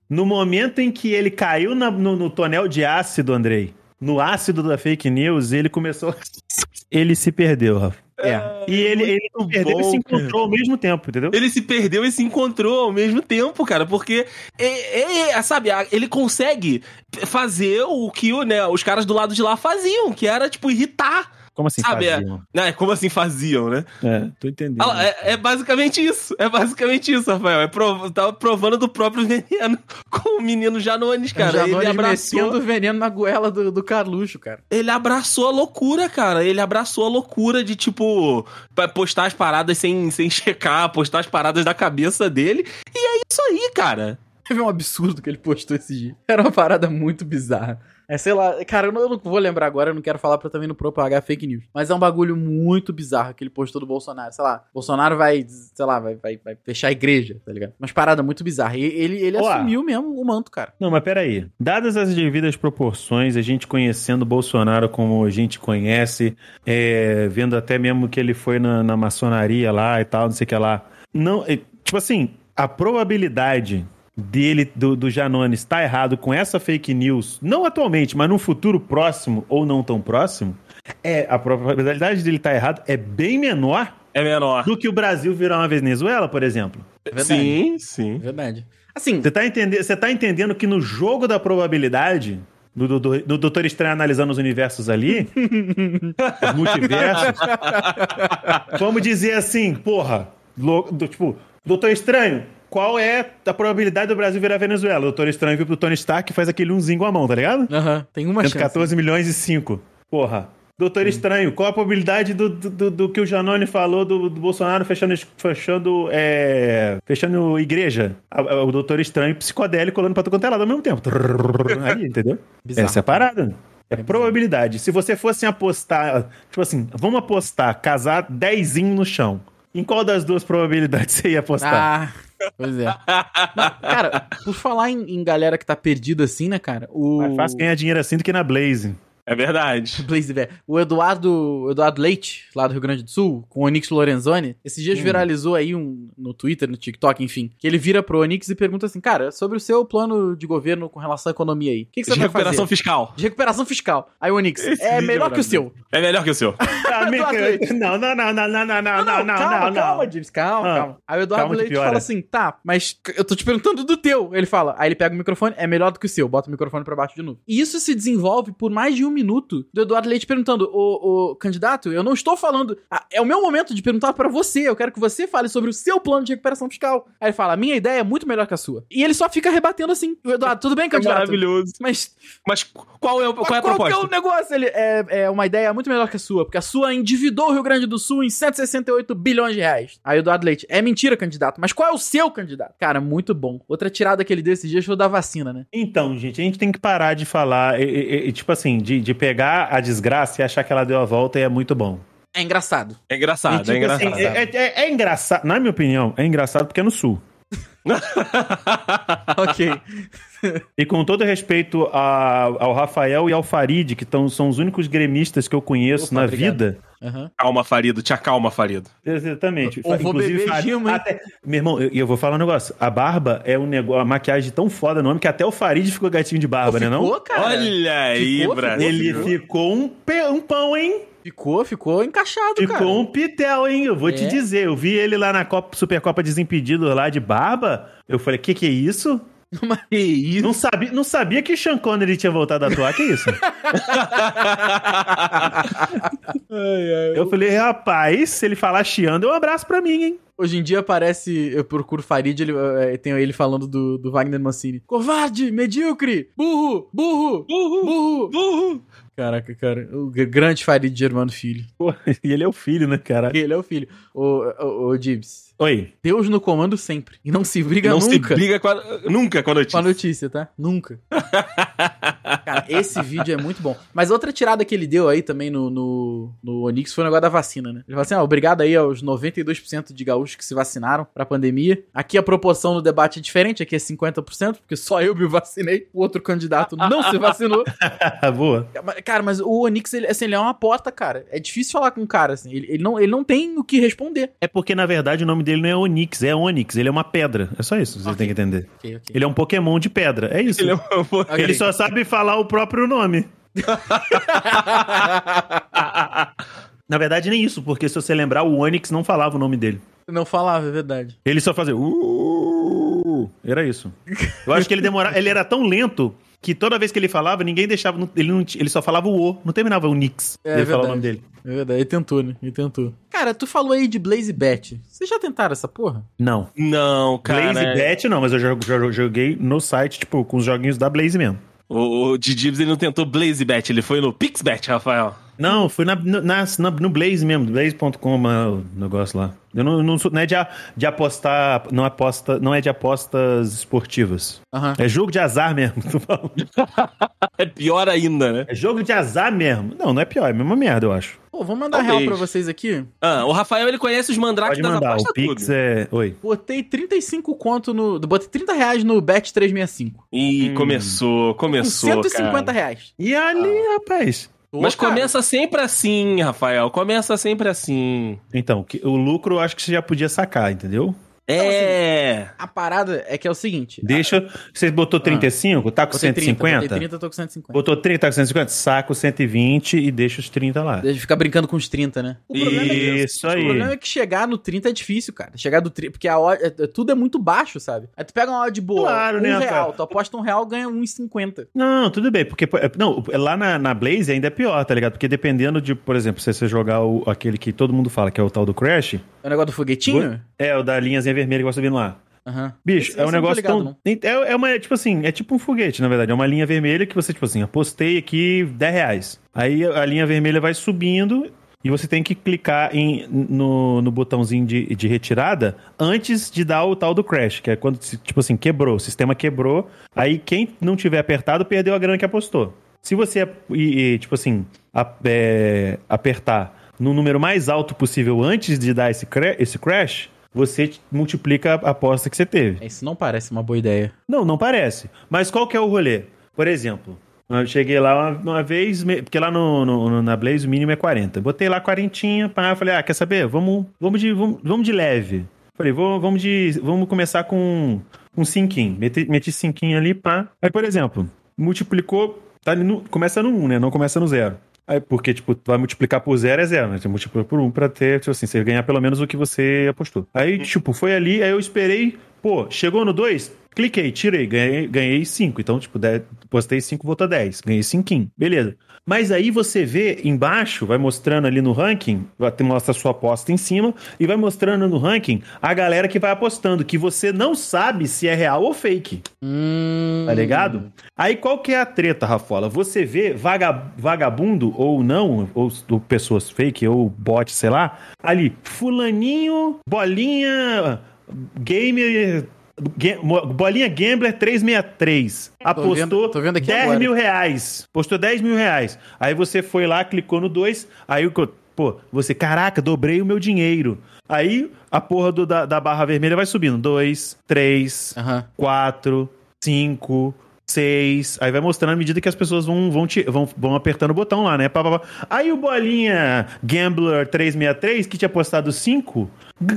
Speaker 4: no momento em que ele caiu na- no, no tonel de ácido, Andrei, no ácido da fake news, ele começou. [laughs] ele se perdeu, Rafa.
Speaker 2: é.
Speaker 4: E ele, ele se
Speaker 3: muito
Speaker 4: perdeu e
Speaker 3: bom,
Speaker 4: se encontrou ao mesmo tempo, entendeu?
Speaker 3: Ele se perdeu e se encontrou ao mesmo tempo, cara, porque é, é- é, sabe, a- ele consegue fazer o que o, né, os caras do lado de lá faziam, que era tipo irritar,
Speaker 4: Como assim?
Speaker 3: Sabe, é-
Speaker 4: faziam?
Speaker 3: né? Como assim faziam, né?
Speaker 4: É, tô entendendo.
Speaker 3: Ah, É, é basicamente isso, é basicamente isso, Rafael. É prov- tava provando do próprio veneno [laughs] com o menino Janones,
Speaker 2: Cara, o
Speaker 3: cara. Ele
Speaker 2: Janones
Speaker 3: abraçou,
Speaker 2: metendo veneno na goela do, do Carluxo, cara.
Speaker 3: ele abraçou a loucura, cara. Ele abraçou a loucura de, tipo, pa- postar as paradas sem, sem checar, postar as paradas da cabeça dele. E é isso aí, cara.
Speaker 2: Teve um absurdo que ele postou esse dia. Era uma parada muito bizarra. É, sei lá, cara, eu não, eu não vou lembrar agora, eu não quero falar pra também não propagar fake news. Mas é um bagulho muito bizarro que ele postou do Bolsonaro. Sei lá, Bolsonaro vai, sei lá, vai, vai, vai fechar a igreja, tá ligado? Mas parada muito bizarra. E ele, ele
Speaker 4: Ó.
Speaker 2: assumiu mesmo o manto, cara.
Speaker 4: Não, mas peraí. Dadas as devidas proporções, a gente conhecendo o Bolsonaro como a gente conhece, é, vendo até mesmo que ele foi na, na maçonaria lá e tal, não sei o que lá. Não, é, tipo assim, a probabilidade dele, do, do Janone, estar errado com essa fake news, não atualmente, mas num futuro próximo ou não tão próximo, é a probabilidade dele estar errado é bem menor
Speaker 3: É menor.
Speaker 4: do que o Brasil virar uma Venezuela, por exemplo.
Speaker 2: É verdade.
Speaker 3: Sim,
Speaker 2: É
Speaker 3: sim.
Speaker 2: verdade. Assim,
Speaker 4: Você tá, entende- você tá entendendo que no jogo da probabilidade, do, do, do, do Doutor Estranho analisando os universos ali, os multiversos, vamos dizer assim, porra, lo- do- tipo, Doutor Estranho, qual é a probabilidade do Brasil virar Venezuela? O Doutor Estranho viu pro Tony Stark e faz aquele umzinho com a mão, tá ligado?
Speaker 2: aham, tem uma chance.
Speaker 4: 114 milhões e 5. Porra. Doutor Estranho, qual a probabilidade do, do, do- do que o Janone falou do, do Bolsonaro fechando, es- fechando, é, fechando igreja? A- a- O Doutor Estranho psicodélico olhando pra tu quanto é lado ao mesmo tempo. Trrr, Aí, entendeu?
Speaker 2: [laughs] Bizarro.
Speaker 4: Essa é a parada. É,
Speaker 2: É bizarro.
Speaker 4: probabilidade. Se você fosse apostar, tipo assim, vamos apostar, casar dezinho no chão. Em qual das duas probabilidades você ia apostar?
Speaker 2: Ah, pois é. Mas, cara, por falar em, em galera que tá perdida assim, né, cara? O...
Speaker 4: É Mais fácil ganhar dinheiro assim do que
Speaker 2: [laughs]
Speaker 4: na Blaze.
Speaker 3: É verdade.
Speaker 2: Blaze Bear. O Eduardo, o Eduardo Leite, lá do Rio Grande do Sul, com o Onix Lorenzoni, esses dias
Speaker 4: Hum.
Speaker 2: viralizou aí um, no Twitter, no TikTok, enfim, que ele vira pro Onix e pergunta assim, cara, sobre o seu plano de governo com relação à economia aí, o que, que você
Speaker 3: De
Speaker 2: vai
Speaker 3: recuperação
Speaker 2: fazer?
Speaker 3: fiscal.
Speaker 2: De recuperação fiscal. Aí o Onix,
Speaker 3: Esse
Speaker 2: é
Speaker 3: vídeo
Speaker 2: melhor
Speaker 3: é
Speaker 2: que o seu.
Speaker 3: É melhor que o
Speaker 2: Ah,
Speaker 3: seu.
Speaker 4: Tá, me-
Speaker 2: Eduardo Leite.
Speaker 4: Não, não, não, não, não, não, Ah, não, não, não,
Speaker 2: calma,
Speaker 4: não.
Speaker 2: calma, James, calma,
Speaker 4: Ah,
Speaker 2: calma. Aí o Eduardo
Speaker 4: calma que
Speaker 2: Leite
Speaker 4: piora.
Speaker 2: fala assim, tá, mas c- eu tô te perguntando do teu. Ele fala, aí ele pega o microfone, é melhor do que o seu, bota o microfone pra baixo de novo. E isso se desenvolve por mais de um minuto do Eduardo Leite perguntando, ô, ô, candidato, eu não estou falando, ah, é o meu momento de perguntar pra você, eu quero que você fale sobre o seu plano de recuperação fiscal. Aí ele fala, minha ideia é muito melhor que a sua. E ele só fica rebatendo assim, o Eduardo, tudo bem, candidato?
Speaker 3: Maravilhoso.
Speaker 2: Mas
Speaker 3: Mas qual é, o- qual é a
Speaker 2: mas qual que é
Speaker 3: proposta?
Speaker 2: o negócio? Ele é, é uma ideia muito melhor que a sua, porque a sua endividou o Rio Grande do Sul em 168 bilhões de reais. Aí o Eduardo Leite, é mentira, candidato, mas qual é o seu candidato? Cara, muito bom. Outra tirada que ele deu esses dias foi da vacina, né?
Speaker 4: Então, gente, a gente tem que parar de falar, e- e- e, tipo assim, de, de pegar a desgraça e achar que ela deu a volta e é muito bom.
Speaker 2: É engraçado.
Speaker 3: É
Speaker 2: Ah,
Speaker 3: engraçado,
Speaker 4: E, tipo
Speaker 3: é engraçado.
Speaker 4: assim, é, é- é engraçado, na minha opinião, é engraçado porque é no sul.
Speaker 2: [laughs] ok.
Speaker 4: E com todo respeito a- ao Rafael e ao Farid, que tão- são os únicos gremistas que eu conheço
Speaker 2: Opa,
Speaker 4: na
Speaker 2: obrigado.
Speaker 4: vida.
Speaker 2: Aham.
Speaker 3: Calma, Farido. Te acalma, Farido.
Speaker 4: Exatamente.
Speaker 2: Eu vou beber
Speaker 4: Farid-
Speaker 2: gema, hein?
Speaker 4: até- Meu irmão, eu, eu vou falar um negócio. A barba é um negócio, a maquiagem tão foda no homem que até o Farid ficou gatinho de barba, né não?
Speaker 2: Ficou, cara.
Speaker 3: Olha aí,
Speaker 2: ficou,
Speaker 3: Brasil.
Speaker 4: Ele
Speaker 2: Ficou.
Speaker 4: ficou um, pe- um pão, hein?
Speaker 2: Ficou, ficou encaixado,
Speaker 4: Ficou
Speaker 2: cara.
Speaker 4: um pitel, hein? Eu vou
Speaker 2: É.
Speaker 4: te dizer. Eu vi ele lá na Copa, Supercopa Desimpedido, lá de barba. Eu falei, que que é isso?
Speaker 3: Que isso?
Speaker 4: [laughs] Não sabia, não sabia que Sean Connery tinha voltado a atuar, que
Speaker 2: [laughs]
Speaker 4: isso? Eu falei, rapaz, se ele falar chiando, é um abraço pra mim, hein? [laughs]
Speaker 2: Hoje em dia aparece, eu procuro Farid, ele, eh, tem ele falando do, do Wagner Mancini. Covarde, medíocre, burro, burro,
Speaker 3: Burro,
Speaker 2: burro.
Speaker 3: burro.
Speaker 2: Caraca, cara, o gr- grande Farid Germano Filho.
Speaker 4: Pô, e ele é o filho, né, cara?
Speaker 2: [laughs] Ele é o filho. Ô, ô, ô Gibbs,
Speaker 4: Oi. [laughs]
Speaker 2: Deus no comando sempre. E não se briga
Speaker 3: não se
Speaker 2: nunca.
Speaker 3: briga com a, nunca com a
Speaker 2: Com
Speaker 3: notícia.
Speaker 2: a notícia, tá?
Speaker 3: [laughs]
Speaker 2: Nunca. Cara, esse vídeo é muito bom. Mas outra tirada que ele deu aí também no, no, no Onix foi o negócio da vacina, né? Ele falou assim: ah, obrigado aí aos 92% de gaúchos que se vacinaram pra pandemia. Aqui a proporção no debate é diferente, aqui é 50%, porque só eu me vacinei, o outro candidato não se
Speaker 3: [laughs]
Speaker 2: vacinou.
Speaker 4: Boa.
Speaker 2: Mas, Cara, mas o Onix, ele, assim, ele é uma porta, cara. É difícil falar com o cara, assim. Ele, ele não, ele não tem o que responder.
Speaker 4: É porque, na verdade, o nome dele não é Onix, é Onix. Ele é uma pedra. É só isso que você
Speaker 2: Ok.
Speaker 4: tem que entender.
Speaker 2: Ok, ok.
Speaker 4: Ele é um Pokémon de pedra. É isso.
Speaker 3: Ele
Speaker 4: Ele,
Speaker 3: é um-
Speaker 2: Ok.
Speaker 4: só sabe falar o próprio nome.
Speaker 2: [laughs]
Speaker 4: Na verdade, nem isso, porque se você lembrar, o Onix não falava o nome dele.
Speaker 2: Não falava, é verdade.
Speaker 4: Ele só fazia. "Uh", Era isso. Eu acho que ele demorava. Ele era tão lento que toda vez que ele falava, ninguém deixava. Ele, não, ele só falava o O, não terminava o Nix.
Speaker 2: É
Speaker 4: ele
Speaker 2: verdade.
Speaker 4: falava o nome dele.
Speaker 2: É verdade, ele tentou, né? Ele tentou. Cara, tu falou aí de Blaze Bet. Vocês já tentaram essa porra?
Speaker 4: Não.
Speaker 3: Não, cara.
Speaker 2: é
Speaker 4: Blaze Bet não, mas eu jo- jo- joguei no site, tipo, com os joguinhos da Blaze mesmo.
Speaker 3: O, o Didibs ele não tentou Blaze Bet, ele foi no PixBet, Rafael.
Speaker 4: Não, fui na, no- na, na- no Blaze mesmo, blaze.com, ah, o negócio lá. Eu não, não sou, não é de, a- de apostar, não aposta, não é de apostas esportivas.
Speaker 2: Aham.
Speaker 4: É jogo de azar mesmo, [laughs] tô falando.
Speaker 3: É pior ainda, né?
Speaker 4: É jogo de azar mesmo. Não, não é pior, é a mesma merda, eu acho.
Speaker 2: Pô, vou mandar
Speaker 3: Talvez.
Speaker 2: real pra vocês aqui.
Speaker 3: Ah, o Rafael ele conhece os mandrakes
Speaker 4: Pode
Speaker 3: das
Speaker 4: mandar,
Speaker 3: apostas
Speaker 4: o Pix
Speaker 3: tudo.
Speaker 4: é... Oi.
Speaker 2: Botei 35 conto no. Botei 30 reais no Bet 365.
Speaker 3: Ih,
Speaker 4: Hum.
Speaker 3: começou,
Speaker 2: Com
Speaker 3: começou.
Speaker 2: 150
Speaker 3: cara.
Speaker 2: reais.
Speaker 4: E ali, rapaz...
Speaker 2: Ô,
Speaker 3: Mas
Speaker 2: cara,
Speaker 3: começa sempre assim, Rafael. Começa sempre assim.
Speaker 4: Então, que- o lucro eu acho que você já podia sacar, entendeu?
Speaker 3: É.
Speaker 2: A parada é que é o seguinte.
Speaker 4: Deixa... Você botou 35, tá com
Speaker 2: Botei 30,
Speaker 4: 150?
Speaker 2: botei 30, tô com 150.
Speaker 4: Botou 30, tá com 150? Saca os 120 e deixa os 30 lá.
Speaker 2: Deixa eu ficar brincando com os 30, né? O problema é que-
Speaker 4: Isso
Speaker 2: O problema
Speaker 4: aí.
Speaker 2: é que chegar no 30 é difícil, cara. Chegar do 30, porque a odd, é- é- tudo é muito baixo, sabe? Aí tu pega uma odd boa,
Speaker 4: Claro,
Speaker 2: um
Speaker 4: né,
Speaker 2: real,
Speaker 4: Rafael?
Speaker 2: tu aposta um real, ganha 1,50.
Speaker 4: Não, tudo bem, porque é, não, lá na, na Blaze ainda é pior, tá ligado? Porque dependendo de, por exemplo, se você jogar o- aquele que todo mundo fala que é o tal do Crash,
Speaker 2: É o negócio do foguetinho?
Speaker 4: é o da linhazinha vermelha que vai subindo lá.
Speaker 2: Aham.
Speaker 4: Bicho,
Speaker 2: Esse-
Speaker 4: é
Speaker 2: esse eu não tô
Speaker 4: um negócio
Speaker 2: ligado,
Speaker 4: tão. É, é uma, é tipo assim, é tipo um foguete, na verdade. É uma linha vermelha que você, tipo assim, apostei aqui 10 reais. Aí a linha vermelha vai subindo e você tem que clicar em, no, no botãozinho de, de retirada antes de dar o tal do crash, que é quando, se- tipo assim, quebrou, o sistema quebrou. Aí quem não tiver apertado perdeu a grana que apostou. Se você, e- e, tipo assim, a- é, apertar no número mais alto possível antes de dar esse, cra- esse crash, você multiplica a aposta que você teve.
Speaker 2: Isso não parece uma boa ideia.
Speaker 4: Não, não parece. Mas qual que é o rolê? Por exemplo, eu cheguei lá uma, uma vez, me- porque lá no, no- no- na Blaze o mínimo é 40. Botei lá 40, pá, falei, ah, quer saber? Vamos, vamos, de, vamos, vamos de leve. Falei, vou- vamos, de, vamos começar com um cinquinho. Meti, meti cinquinho ali, pá. Aí, por exemplo, multiplicou, tá ali no- começa no 1, né? Não começa no zero. Aí, porque, tipo, tu vai multiplicar por zero é zero, né? Você multiplica por um pra ter, tipo assim, você ganhar pelo menos o que você apostou. Aí, tipo, foi ali, aí eu esperei, pô, chegou no 2, cliquei, tirei, ganhei, ganhei 5. Então, tipo, dez- postei 5, volta 10, ganhei 5. Beleza. Mas aí você vê embaixo, vai mostrando ali no ranking, vai ter- mostra a sua aposta em cima, e vai mostrando no ranking a galera que vai apostando, que você não sabe se é real ou fake.
Speaker 2: Hum...
Speaker 4: Tá ligado? Aí qual que é a treta, Rafola? Você vê vaga- vagabundo ou não, ou, ou pessoas fake, ou bot, sei lá, ali, fulaninho, bolinha, gamer, ga- mo- bolinha gambler 363, apostou
Speaker 2: vendo- tô vendo aqui
Speaker 4: 10
Speaker 2: agora.
Speaker 4: mil reais, postou 10 mil reais, aí você foi lá, clicou no 2, aí o co- Pô, você, caraca, dobrei o meu dinheiro. Aí a porra do- da, da barra vermelha vai subindo. 2, 3,
Speaker 2: Aham.
Speaker 4: 4, 5, seis. Aí vai mostrando à medida que as pessoas vão, vão, te- vão, vão apertando o botão lá, né? Pá, pá, pá. Aí o Bolinha Gambler 363, que tinha apostado 5,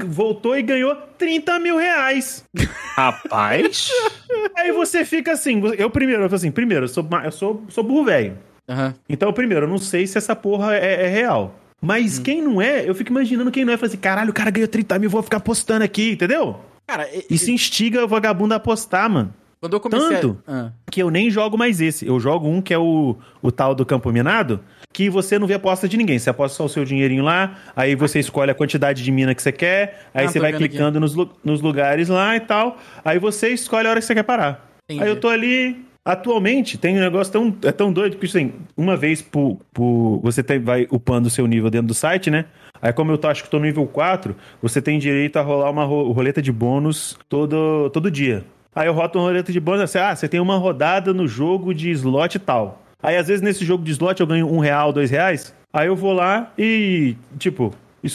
Speaker 4: voltou e ganhou 30 mil reais.
Speaker 3: Rapaz.
Speaker 4: Aí você fica assim, você- eu primeiro, eu falo assim, primeiro, eu sou, ma- eu sou, sou burro velho.
Speaker 2: Aham.
Speaker 4: Então, primeiro, eu não sei se essa porra é, é real. Mas quem não é, eu fico imaginando quem não é. Eu falo assim, caralho, o cara ganhou 30 mil, vou ficar apostando aqui, entendeu?
Speaker 2: Cara, e-
Speaker 4: Isso instiga o vagabundo a apostar, mano.
Speaker 2: quando eu comecei.
Speaker 4: tanto?
Speaker 2: A... Ah.
Speaker 4: Que eu nem jogo mais esse. Eu jogo um que é o, o tal do campo minado, que você não vê aposta de ninguém. Você aposta só o seu dinheirinho lá, aí você escolhe a quantidade de mina que você quer, aí
Speaker 2: Ah,
Speaker 4: você
Speaker 2: tô
Speaker 4: vai
Speaker 2: vendo aqui.
Speaker 4: clicando nos, lu- nos lugares lá e tal. Aí você escolhe a hora que você quer parar.
Speaker 2: entendi.
Speaker 4: Aí eu tô ali. Atualmente tem um negócio tão, é tão doido que assim, uma vez por, por você tem, vai upando o seu nível dentro do site, né? Aí como eu tô, acho que tô no nível 4, você tem direito a rolar uma ro- roleta de bônus todo, todo dia. Aí eu roto uma roleta de bônus, assim, ah, você tem uma rodada no jogo de slot e tal. Aí às vezes nesse jogo de slot eu ganho um real, dois reais. Aí eu vou lá e, tipo,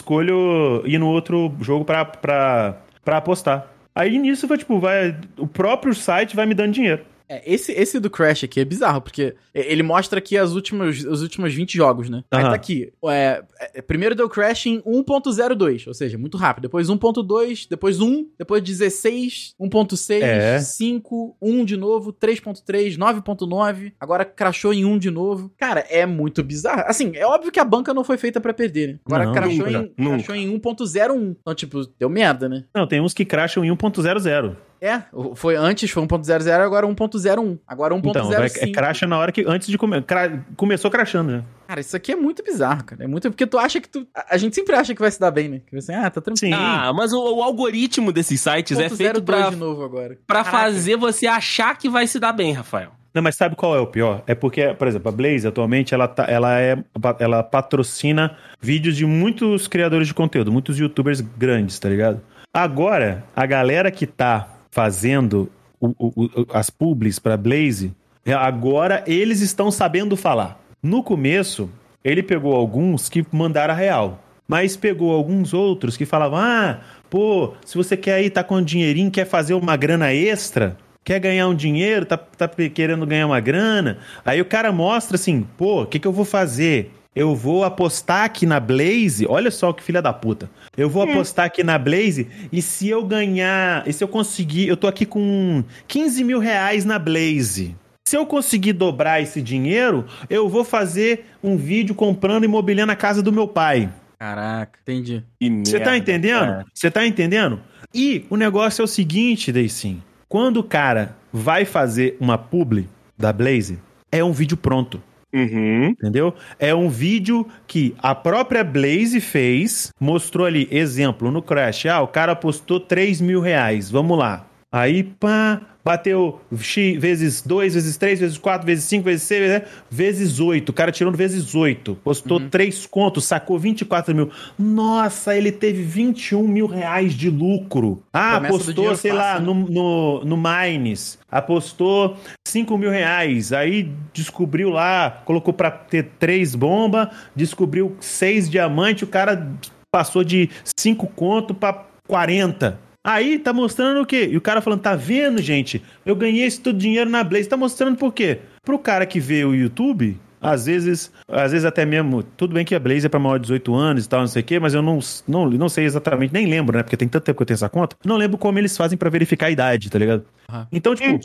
Speaker 4: escolho ir no outro jogo pra, pra, pra apostar. Aí nisso vai, tipo, vai. O próprio site vai me dando dinheiro.
Speaker 2: É, esse, esse do Crash aqui é bizarro, porque ele mostra aqui as últimas, os últimos 20 jogos, né? Aí
Speaker 4: Aham.
Speaker 2: tá aqui. é, é, primeiro deu Crash em 1.02, ou seja, muito rápido. Depois 1.2, depois 1, depois 16, 1.6,
Speaker 4: É.
Speaker 2: 5, 1 de novo, 3.3, 9.9, agora crashou em 1 de novo. Cara, é muito bizarro. Assim, é óbvio que a banca não foi feita pra perder, né? Agora
Speaker 4: Não,
Speaker 2: crashou,
Speaker 3: nunca,
Speaker 2: em,
Speaker 3: nunca.
Speaker 2: crashou em 1.01. Então, tipo, deu merda, né?
Speaker 4: Não, tem uns que crasham em 1.00.
Speaker 2: É, foi antes, foi 1.00, agora 1.01. Agora 1.05.
Speaker 4: Então, vai, é cracha na hora que. Antes de começar. Começou crashando né? já.
Speaker 2: Cara, isso aqui é muito bizarro, cara. É muito. Porque tu acha que tu. A a gente sempre acha que vai se dar bem, né? Que vai ser, ah, tá tranquilo.
Speaker 4: Sim.
Speaker 3: Ah, mas o, o algoritmo desses sites é
Speaker 2: 1.02
Speaker 3: feito pra,
Speaker 2: de novo agora.
Speaker 3: pra
Speaker 2: né? Caraca.
Speaker 3: fazer você achar que vai se dar bem, Rafael.
Speaker 4: Não, mas sabe qual é o pior? É porque, por exemplo, a Blaze atualmente ela, tá- ela, é, ela patrocina vídeos de muitos criadores de conteúdo, muitos youtubers grandes, tá ligado? Agora, a galera que tá fazendo o- o- o- as publis pra Blaze, é, agora eles estão sabendo falar. No começo, ele pegou alguns que mandaram a real. Mas pegou alguns outros que falavam: ah, pô, se você quer aí, tá com um dinheirinho, quer fazer uma grana extra, quer ganhar um dinheiro, tá, tá pe- querendo ganhar uma grana. Aí o cara mostra assim: pô, o que, que eu vou fazer? Eu vou apostar aqui na Blaze. Olha só que filha da puta. Eu vou apostar aqui na Blaze e se eu ganhar, e se eu conseguir, eu tô aqui com 15 mil reais na Blaze. Se eu conseguir dobrar esse dinheiro, eu vou fazer um vídeo comprando e mobiliando a casa do meu pai.
Speaker 2: Caraca, entendi.
Speaker 4: Você tá
Speaker 3: é.
Speaker 4: entendendo? Você tá entendendo? E o negócio é o seguinte, Deicinho. Quando o cara vai fazer uma publi da Blaze, é um vídeo pronto.
Speaker 3: Uhum.
Speaker 4: Entendeu? É um vídeo que a própria Blaze fez, mostrou ali, exemplo, no Crash. Ah, o cara apostou 3 mil reais, vamos lá. Aí, pá, bateu X vezes 2, vezes 3, vezes 4, vezes 5, vezes 6, vezes, né? vezes 8. O cara tirando vezes 8. Postou
Speaker 2: Uhum.
Speaker 4: três 3 contos, sacou 24 mil. Nossa, ele teve 21 mil reais de lucro. Ah,
Speaker 2: Promessa do
Speaker 4: apostou,
Speaker 2: dinheiro
Speaker 4: sei
Speaker 2: fácil,
Speaker 4: lá,
Speaker 2: né?
Speaker 4: no, no, no Mines, apostou 5 mil reais, aí descobriu lá, colocou pra ter três bombas, descobriu seis diamantes, o cara passou de 5 conto pra 40. Aí tá mostrando o quê? E o cara falando, tá vendo, gente? Eu ganhei esse todo dinheiro na Blaze. Tá mostrando por quê? Pro cara que vê o YouTube, às vezes, às vezes até mesmo, tudo bem que a Blaze é pra maior de 18 anos e tal, não sei o quê, mas eu não, não, não sei exatamente, nem lembro, né? Porque tem tanto tempo que eu tenho essa conta. Não lembro como eles fazem pra verificar a idade, tá ligado?
Speaker 2: Aham.
Speaker 4: Então, tipo,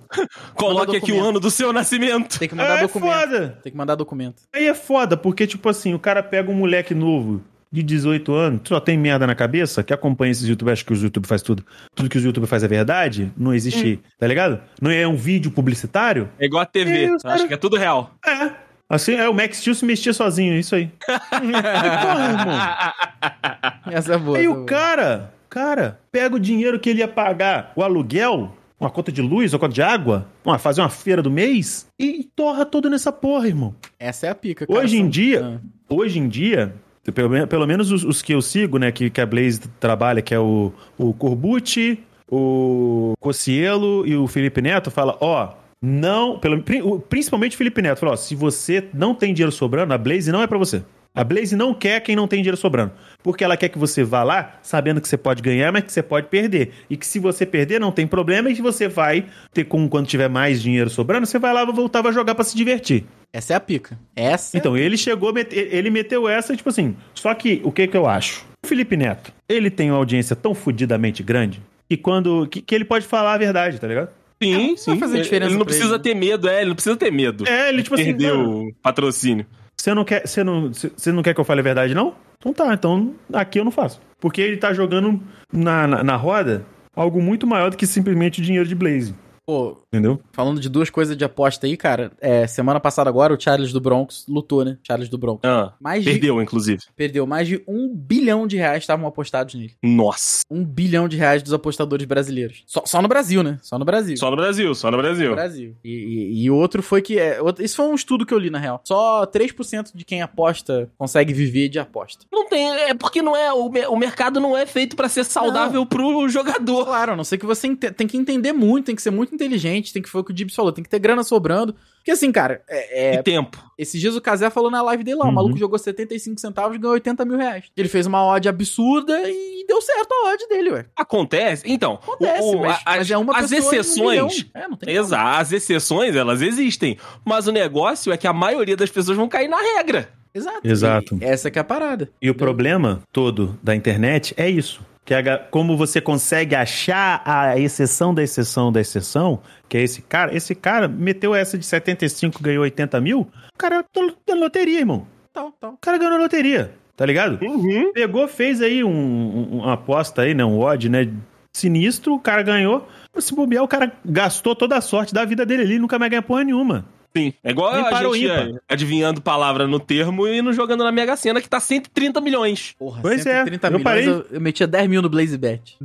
Speaker 3: Coloque aqui o
Speaker 2: documento.
Speaker 3: ano do seu nascimento.
Speaker 2: Tem que mandar
Speaker 4: é
Speaker 2: documento.
Speaker 4: foda.
Speaker 2: Tem que mandar documento. [laughs]
Speaker 4: Aí é foda, porque, tipo assim, o cara pega um moleque novo de 18 anos, só tem merda na cabeça, que acompanha esses youtubers, acha que os youtubers faz tudo. Tudo que os youtubers faz é verdade, não existe, tá ligado? Não é um vídeo publicitário.
Speaker 3: É igual a TV.
Speaker 4: Meu,
Speaker 3: Acho que é tudo real.
Speaker 4: É. Assim, é o Max Steel se mexia sozinho, é isso aí. Porra, irmão.
Speaker 2: Essa é boa.
Speaker 4: Aí
Speaker 2: essa é
Speaker 4: o
Speaker 2: boa.
Speaker 4: cara, cara, pega o dinheiro que ele ia pagar, o aluguel, uma conta de luz, uma conta de água, uma, fazer uma feira do mês, e torra todo nessa porra, irmão.
Speaker 2: Essa é a pica, cara.
Speaker 4: Hoje
Speaker 2: São-
Speaker 4: em dia,
Speaker 2: Ah.
Speaker 4: hoje em dia, pelo, men- pelo menos os, os que eu sigo, né, que, que a Blaze trabalha, que é o, o Corbucci, o Cocielo e o Felipe Neto, fala, ó, não, pelo, pri- o- principalmente o Felipe Neto, fala, ó, se você não tem dinheiro sobrando, a Blaze não é pra você. A Blaze não quer quem não tem dinheiro sobrando. Porque ela quer que você vá lá sabendo que você pode ganhar, mas que você pode perder. E que se você perder, não tem problema. E que você vai ter com quando tiver mais dinheiro sobrando, você vai lá voltar a jogar pra se divertir.
Speaker 2: Essa é a pica. Essa.
Speaker 4: Então, ele chegou, mete- ele meteu essa, tipo assim. Só que o que, que eu acho? O Felipe Neto, ele tem uma audiência tão fudidamente grande que quando. que, que ele pode falar a verdade, tá ligado?
Speaker 3: Sim, sim.
Speaker 2: fazer
Speaker 3: Ele-
Speaker 2: diferença
Speaker 3: ele não
Speaker 2: pra
Speaker 3: precisa
Speaker 2: ele,
Speaker 3: ter medo, é, ele não precisa ter medo.
Speaker 4: É, ele, tipo assim.
Speaker 3: Perdeu
Speaker 4: mano,
Speaker 3: o patrocínio.
Speaker 4: Você não quer, você não, você você não quer que eu fale a verdade, não? Então tá, então aqui eu não faço. Porque ele tá jogando na, na, na roda algo muito maior do que simplesmente o dinheiro de Blaze,
Speaker 2: Pô,
Speaker 4: entendeu?
Speaker 2: falando de duas coisas de aposta aí, cara. É, semana passada agora, o Charles do Bronx lutou, né? Charles do Bronx.
Speaker 3: Ah,
Speaker 2: Mais de,
Speaker 3: perdeu, inclusive.
Speaker 2: perdeu mais de um bilhão de reais estavam apostados nele.
Speaker 3: Nossa.
Speaker 2: Um bilhão de reais dos apostadores brasileiros. Só, só no Brasil, né? Só no Brasil.
Speaker 3: Só no Brasil, só no Brasil.
Speaker 2: Brasil. E, e- e outro foi que. É, outro- isso foi um estudo que eu li, na real. Só 3% de quem aposta consegue viver de aposta.
Speaker 3: Não tem, é porque não é, o, mer- o mercado não é feito pra ser saudável pro jogador.
Speaker 2: Claro, a não ser que você ente- tem que entender muito, tem que ser muito inteligente, tem que foi o que o Dibs falou, tem que ter grana sobrando. Porque assim, cara, é, é-
Speaker 3: E tempo.
Speaker 2: esses dias o Casé falou na live dele lá, o
Speaker 4: Uhum.
Speaker 2: maluco jogou 75 centavos e ganhou 80 mil reais. Ele fez uma odd absurda e deu certo a odd dele, ué.
Speaker 3: Acontece. Então,
Speaker 2: Acontece,
Speaker 3: o- o-
Speaker 2: mas,
Speaker 3: a-
Speaker 2: mas é uma
Speaker 3: as
Speaker 2: pessoa em um
Speaker 3: exceções.
Speaker 2: milhão. é, não tem como.
Speaker 3: Exato, as exceções, elas existem. Mas o negócio é que a maioria das pessoas vão cair na regra.
Speaker 2: Exato.
Speaker 4: Exato.
Speaker 2: E essa que é a parada.
Speaker 4: E o problema todo da internet é isso. Que é como você consegue achar a exceção da exceção da exceção, que é esse cara. Esse cara meteu essa de 75, ganhou 80 mil. O cara tá na loteria, irmão.
Speaker 2: Tal, tal.
Speaker 4: O cara ganhou na loteria, tá ligado?
Speaker 2: Uhum.
Speaker 4: Pegou, fez aí um, um- uma aposta aí, né? Um odd, né? Sinistro, o cara ganhou. Se bobear, o cara gastou toda a sorte da vida dele ali, nunca mais ganha porra nenhuma.
Speaker 3: Sim. É igual
Speaker 4: Nem para
Speaker 3: a
Speaker 4: o
Speaker 3: gente
Speaker 4: ímpar.
Speaker 3: é, adivinhando palavra no termo e não jogando na Mega Sena, que tá 130 milhões.
Speaker 2: Porra,
Speaker 4: Pois é,
Speaker 2: 130
Speaker 4: eu
Speaker 2: milhões,
Speaker 4: parei.
Speaker 2: eu, eu metia 10 mil no Blaze Bet.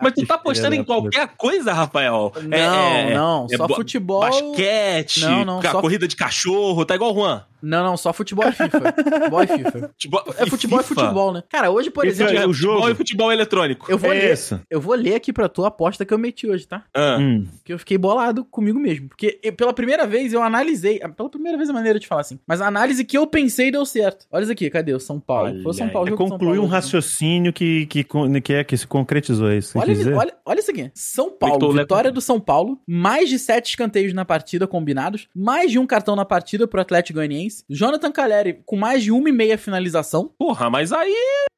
Speaker 3: Mas tu tá apostando
Speaker 4: filha
Speaker 3: em
Speaker 4: da puta.
Speaker 3: qualquer coisa, Rafael?
Speaker 2: né? Não, não, só
Speaker 3: é, bo-
Speaker 2: futebol.
Speaker 3: Basquete,
Speaker 2: Não, não,
Speaker 3: ca-
Speaker 2: só-
Speaker 3: corrida de cachorro, tá igual o Juan.
Speaker 2: Não, não, só futebol e FIFA. futebol e
Speaker 3: [laughs]
Speaker 2: FIFA.
Speaker 3: Futebol,
Speaker 2: É futebol e
Speaker 3: FIFA.
Speaker 2: futebol, né? Cara, hoje, por
Speaker 4: Isso
Speaker 2: exemplo,
Speaker 4: aí.
Speaker 3: É,
Speaker 4: O
Speaker 3: futebol
Speaker 4: jogo.
Speaker 3: e futebol eletrônico.
Speaker 2: eu vou
Speaker 4: é
Speaker 2: ler.
Speaker 4: isso.
Speaker 2: Eu vou ler aqui pra tua aposta que eu meti hoje, tá?
Speaker 3: Ah.
Speaker 4: Hum.
Speaker 2: Porque eu fiquei bolado comigo mesmo. Porque eu- pela primeira vez eu analisei. ah, Pela primeira vez é maneira de falar assim. Mas a análise que eu pensei deu certo. Olha isso aqui, cadê? O São Paulo. Foi o São Paulo né?
Speaker 4: É
Speaker 2: jogo do São
Speaker 4: concluir um
Speaker 2: Paulo.
Speaker 4: raciocínio que, que, con- que, é, que se concretizou é isso. que
Speaker 2: Olha,
Speaker 4: quis dizer?
Speaker 2: olha, olha isso aqui. São
Speaker 3: Como é que
Speaker 2: Paulo,
Speaker 3: tô, né?
Speaker 2: vitória do São Paulo, mais de sete escanteios na partida combinados, mais de um cartão na partida pro Atlético Goianiense, Jonathan Caleri com mais de uma e meia finalização.
Speaker 3: Porra, mas aí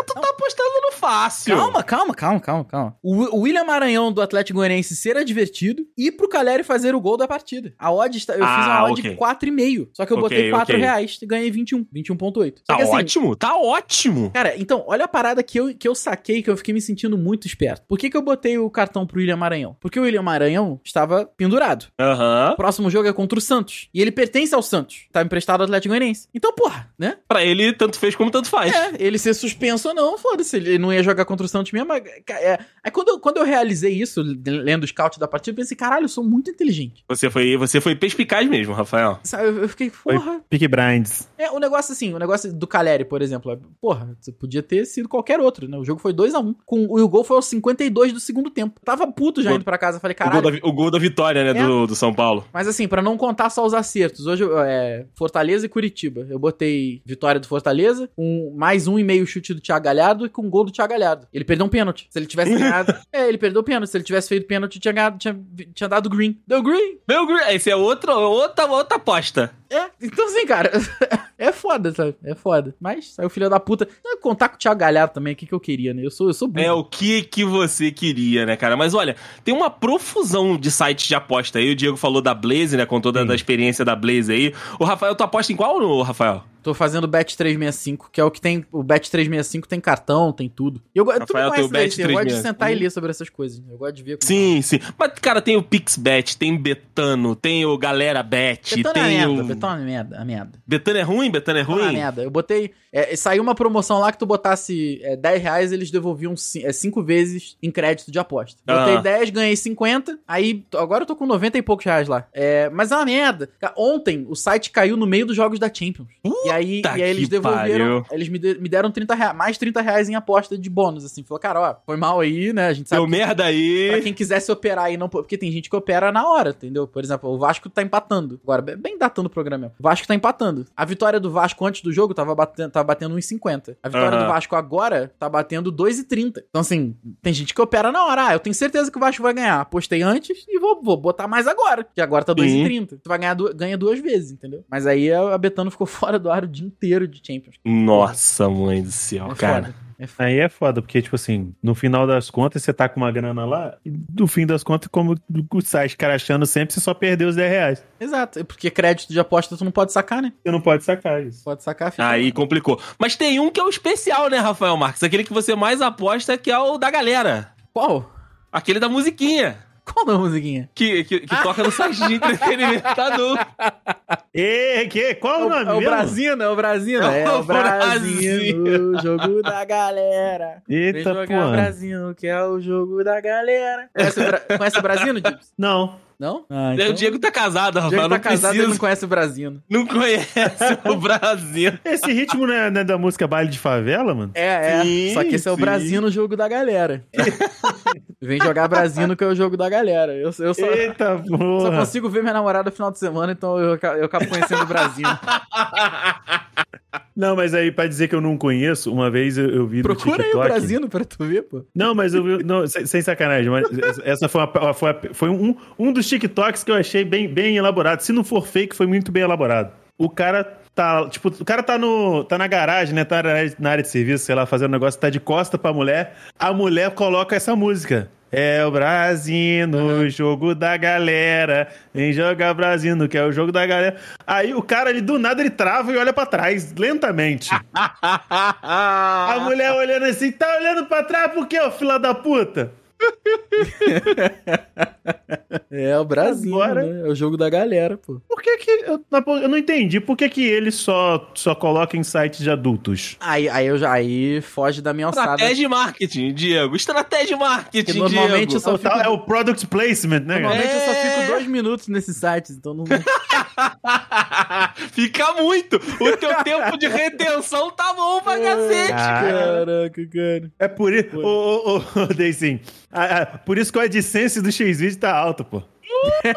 Speaker 3: tu tá apostando no fácil.
Speaker 2: Calma, calma, calma, calma, calma. O Wi- o William Maranhão do Atlético Goianiense ser advertido e pro Caleri fazer o gol da partida. A odd está, eu
Speaker 3: Ah,
Speaker 2: fiz uma odd de
Speaker 3: ok.
Speaker 2: 4,5, só que eu
Speaker 3: Ok,
Speaker 2: botei 4
Speaker 3: ok.
Speaker 2: reais e ganhei 21, 21.8. Só
Speaker 3: Tá
Speaker 2: que assim,
Speaker 3: ótimo, tá ótimo.
Speaker 2: Cara, então, olha a parada que eu, que eu saquei, que eu fiquei me sentindo muito esperto. Por que, que eu botei o cartão pro William Maranhão? Porque o William Maranhão estava pendurado.
Speaker 3: Aham.
Speaker 2: O próximo jogo é contra o Santos. E ele pertence ao Santos. Tá emprestado ao Atlético Goianiense. Então, porra, né?
Speaker 3: Pra ele, tanto fez como tanto faz.
Speaker 2: É, ele ser suspenso ou não, foda-se. Ele não ia jogar contra o Santos mesmo. mas, ca- é. Aí quando eu, quando eu realizei isso, lendo o scout da partida, eu pensei, caralho, eu sou muito inteligente.
Speaker 3: Você, foi, você foi perspicaz mesmo, Rafael.
Speaker 2: Sabe, eu eu fiquei, porra,
Speaker 4: Peaky Blinds.
Speaker 2: É, o negócio assim, o negócio do Caleri, por exemplo, é, porra, você podia ter sido qualquer outro, né? O jogo foi 2x1. com o e o gol foi aos 52 do segundo tempo. Tava puto já
Speaker 3: Gol-
Speaker 2: indo pra casa, falei,
Speaker 3: O gol, da,
Speaker 2: caralho.
Speaker 3: vi- o gol da vitória, né,
Speaker 2: É.
Speaker 3: do, do São Paulo.
Speaker 2: Mas assim, pra não contar só os acertos, hoje eu, é Fortaleza e Curitiba. Eu botei vitória do Fortaleza, um, mais um e meio chute do Thiago Galhardo e com um gol do Thiago Galhardo. Ele perdeu um pênalti. Se ele
Speaker 3: [laughs]
Speaker 2: tivesse ganhado. é, ele perdeu o pênalti. Se ele tivesse feito pênalti, tinha, ganhado, tinha, tinha dado green. Deu green!
Speaker 3: Meu, Gre- esse é outro, outra, outra aposta.
Speaker 2: É, então assim, cara, [laughs] é foda, sabe? É foda. Mas aí o filho da puta. Não, contar com o Thiago Galhardo também, o que, que eu queria, né? Eu sou, eu sou burro.
Speaker 3: É o que que você queria, né, cara? Mas olha, tem uma profusão de sites de aposta aí. O Diego falou da Blaze, né, com toda
Speaker 4: Sim.
Speaker 3: a experiência da Blaze aí. O Rafael, tu aposta em qual, ô, Rafael?
Speaker 2: Tô fazendo bet 365, que é o que tem. O bet 365 tem cartão, tem tudo. E eu, go- tu
Speaker 3: Rafael,
Speaker 2: me conhece,
Speaker 3: tem o
Speaker 2: né, Esse, eu gosto de
Speaker 3: 365.
Speaker 2: sentar e ler sobre essas coisas. né? Eu gosto de ver. como-
Speaker 3: Sim, sim. Mas, cara, tem o PixBet, tem Betano, tem o Galera Bet,
Speaker 2: Betona a
Speaker 3: tem
Speaker 2: é
Speaker 3: um
Speaker 2: merda,
Speaker 3: o...
Speaker 2: betona a merda, a merda.
Speaker 3: Betano é ruim? Betano é
Speaker 2: Betona a
Speaker 3: ruim?
Speaker 2: merda. Eu botei. é, saiu uma promoção lá que tu botasse é, 10 reais, eles devolviam 5 vezes em crédito de aposta. Botei
Speaker 3: Ah.
Speaker 2: 10, ganhei 50, aí t- agora eu tô com 90 e poucos reais lá. É, mas é uma merda. Ca- Ontem o site caiu no meio dos jogos da Champions. e aí,
Speaker 3: Puta
Speaker 2: e aí eles
Speaker 3: que
Speaker 2: devolveram.
Speaker 3: pariu.
Speaker 2: Eles me, de- me deram 30 reais, mais 30 reais em aposta de bônus, assim. Falou, cara, ó, foi mal aí, né? A gente sabe.
Speaker 3: Deu merda
Speaker 2: Pra
Speaker 3: aí.
Speaker 2: quem quiser se operar e não. Porque tem gente que opera na hora, entendeu? Por exemplo, o Vasco tá empatando. Agora, bem- bem datando o programa mesmo. O Vasco tá empatando. A vitória do Vasco antes do jogo tava batendo, tava batendo 1,50. A vitória
Speaker 3: Aham.
Speaker 2: do Vasco agora tá batendo 2,30. Então, assim, tem gente que opera na hora. Ah, eu tenho certeza que o Vasco vai ganhar. Apostei antes e vou, vou botar mais agora. Que agora tá 2,30. Tu vai ganhar du- ganha duas vezes, entendeu? Mas aí a a Betano ficou [laughs] fora do ar o dia inteiro de Champions.
Speaker 3: Nossa, mãe do céu,
Speaker 2: É
Speaker 3: cara.
Speaker 2: foda. É foda.
Speaker 4: Aí é foda, porque, tipo assim, no final das contas, você tá com uma grana lá, e no fim das contas, como o site carachando sempre, você só perdeu os 10 reais.
Speaker 2: Exato. É Porque crédito de aposta tu não pode sacar, né?
Speaker 4: Você não pode sacar isso.
Speaker 2: Pode sacar, fica.
Speaker 3: Aí complicou. Mas tem um que é o especial, né, Rafael Marques? Aquele que você mais aposta, que é o da galera.
Speaker 2: Qual?
Speaker 3: Aquele da musiquinha.
Speaker 2: Qual a musiquinha?
Speaker 3: Que, que, que
Speaker 2: [laughs]
Speaker 3: toca no site de entretenimento tá adulto.
Speaker 2: Então?
Speaker 4: Ê, que? Qual o
Speaker 2: É o,
Speaker 4: nome
Speaker 2: é o
Speaker 4: mesmo?
Speaker 2: Brasino, é o Brasino.
Speaker 3: É
Speaker 2: É
Speaker 3: o
Speaker 2: [laughs] o Brasino, jogo da galera. Vem
Speaker 4: Eita,
Speaker 2: jogar
Speaker 4: pô.
Speaker 2: Brasino, que é o jogo da galera. Conhece o, Bra... conhece o Brasino, Dips?
Speaker 4: Não.
Speaker 2: Não?
Speaker 3: É, O Diego tá casado,
Speaker 2: O Diego
Speaker 3: Rafael.
Speaker 2: tá
Speaker 3: Não
Speaker 2: casado e não
Speaker 3: precisa.
Speaker 2: conhece o Brasino.
Speaker 3: Não conhece
Speaker 2: [laughs]
Speaker 3: o Brasil.
Speaker 4: Esse ritmo não é, não é da música Baile de Favela, mano?
Speaker 2: É, é.
Speaker 3: Sim,
Speaker 2: Só que esse é o
Speaker 3: sim.
Speaker 2: Brasino, jogo da [laughs] galera. Vem jogar Brasino, que é o jogo da galera. Eu, eu só,
Speaker 4: Eita,
Speaker 2: só
Speaker 4: porra.
Speaker 2: consigo ver minha namorada no final de semana, então eu, aca- eu acabo conhecendo o Brasino. [laughs]
Speaker 4: Não, mas aí, pra dizer que eu não conheço, uma vez eu, eu vi no
Speaker 2: Procura aí o
Speaker 4: TikTok...
Speaker 2: Brasino pra tu ver, pô.
Speaker 4: Não, mas eu vi. não, sem sem sacanagem, mas essa- essa foi, uma- foi, uma- foi um, um dos TikToks que eu achei bem, bem elaborado. Se não for fake, foi muito bem elaborado. O cara tá. Tipo, o cara tá, no, tá na garagem, né? Tá na área, na área de serviço, sei lá, fazendo negócio, tá de costa pra mulher. A mulher coloca essa música. É o Brasino, jogo da galera. Vem jogar Brasino, que é o jogo da galera. Aí o cara, ele do nada, ele trava e olha pra trás, lentamente. A mulher olhando assim, tá olhando pra trás por quê, ô fila da puta?
Speaker 2: É o Brasino,
Speaker 4: Agora-
Speaker 2: né? É o jogo da galera, pô.
Speaker 4: Por que que... Eu, na po- eu não entendi. Por que que ele só, só coloca em sites de adultos?
Speaker 2: Aí, aí, eu já, aí foge da minha alçada.
Speaker 3: Estratégia de marketing, Diego. Estratégia de marketing,
Speaker 2: Que normalmente
Speaker 3: Diego.
Speaker 2: eu
Speaker 4: É
Speaker 2: só Tá
Speaker 4: o,
Speaker 2: fico,
Speaker 4: tal- é o product placement, né? cara?
Speaker 2: normalmente eu só
Speaker 3: É.
Speaker 2: fico dois minutos nesses sites, então não.
Speaker 3: Fica muito. O teu
Speaker 2: [laughs]
Speaker 3: tempo de retenção tá bom pra cacete, cara.
Speaker 2: Caraca, cara.
Speaker 4: É por isso... Ô, ô, ô, [laughs] Deicin, ah, ah, Por isso que o AdSense do X-Video tá alto, pô.
Speaker 2: É.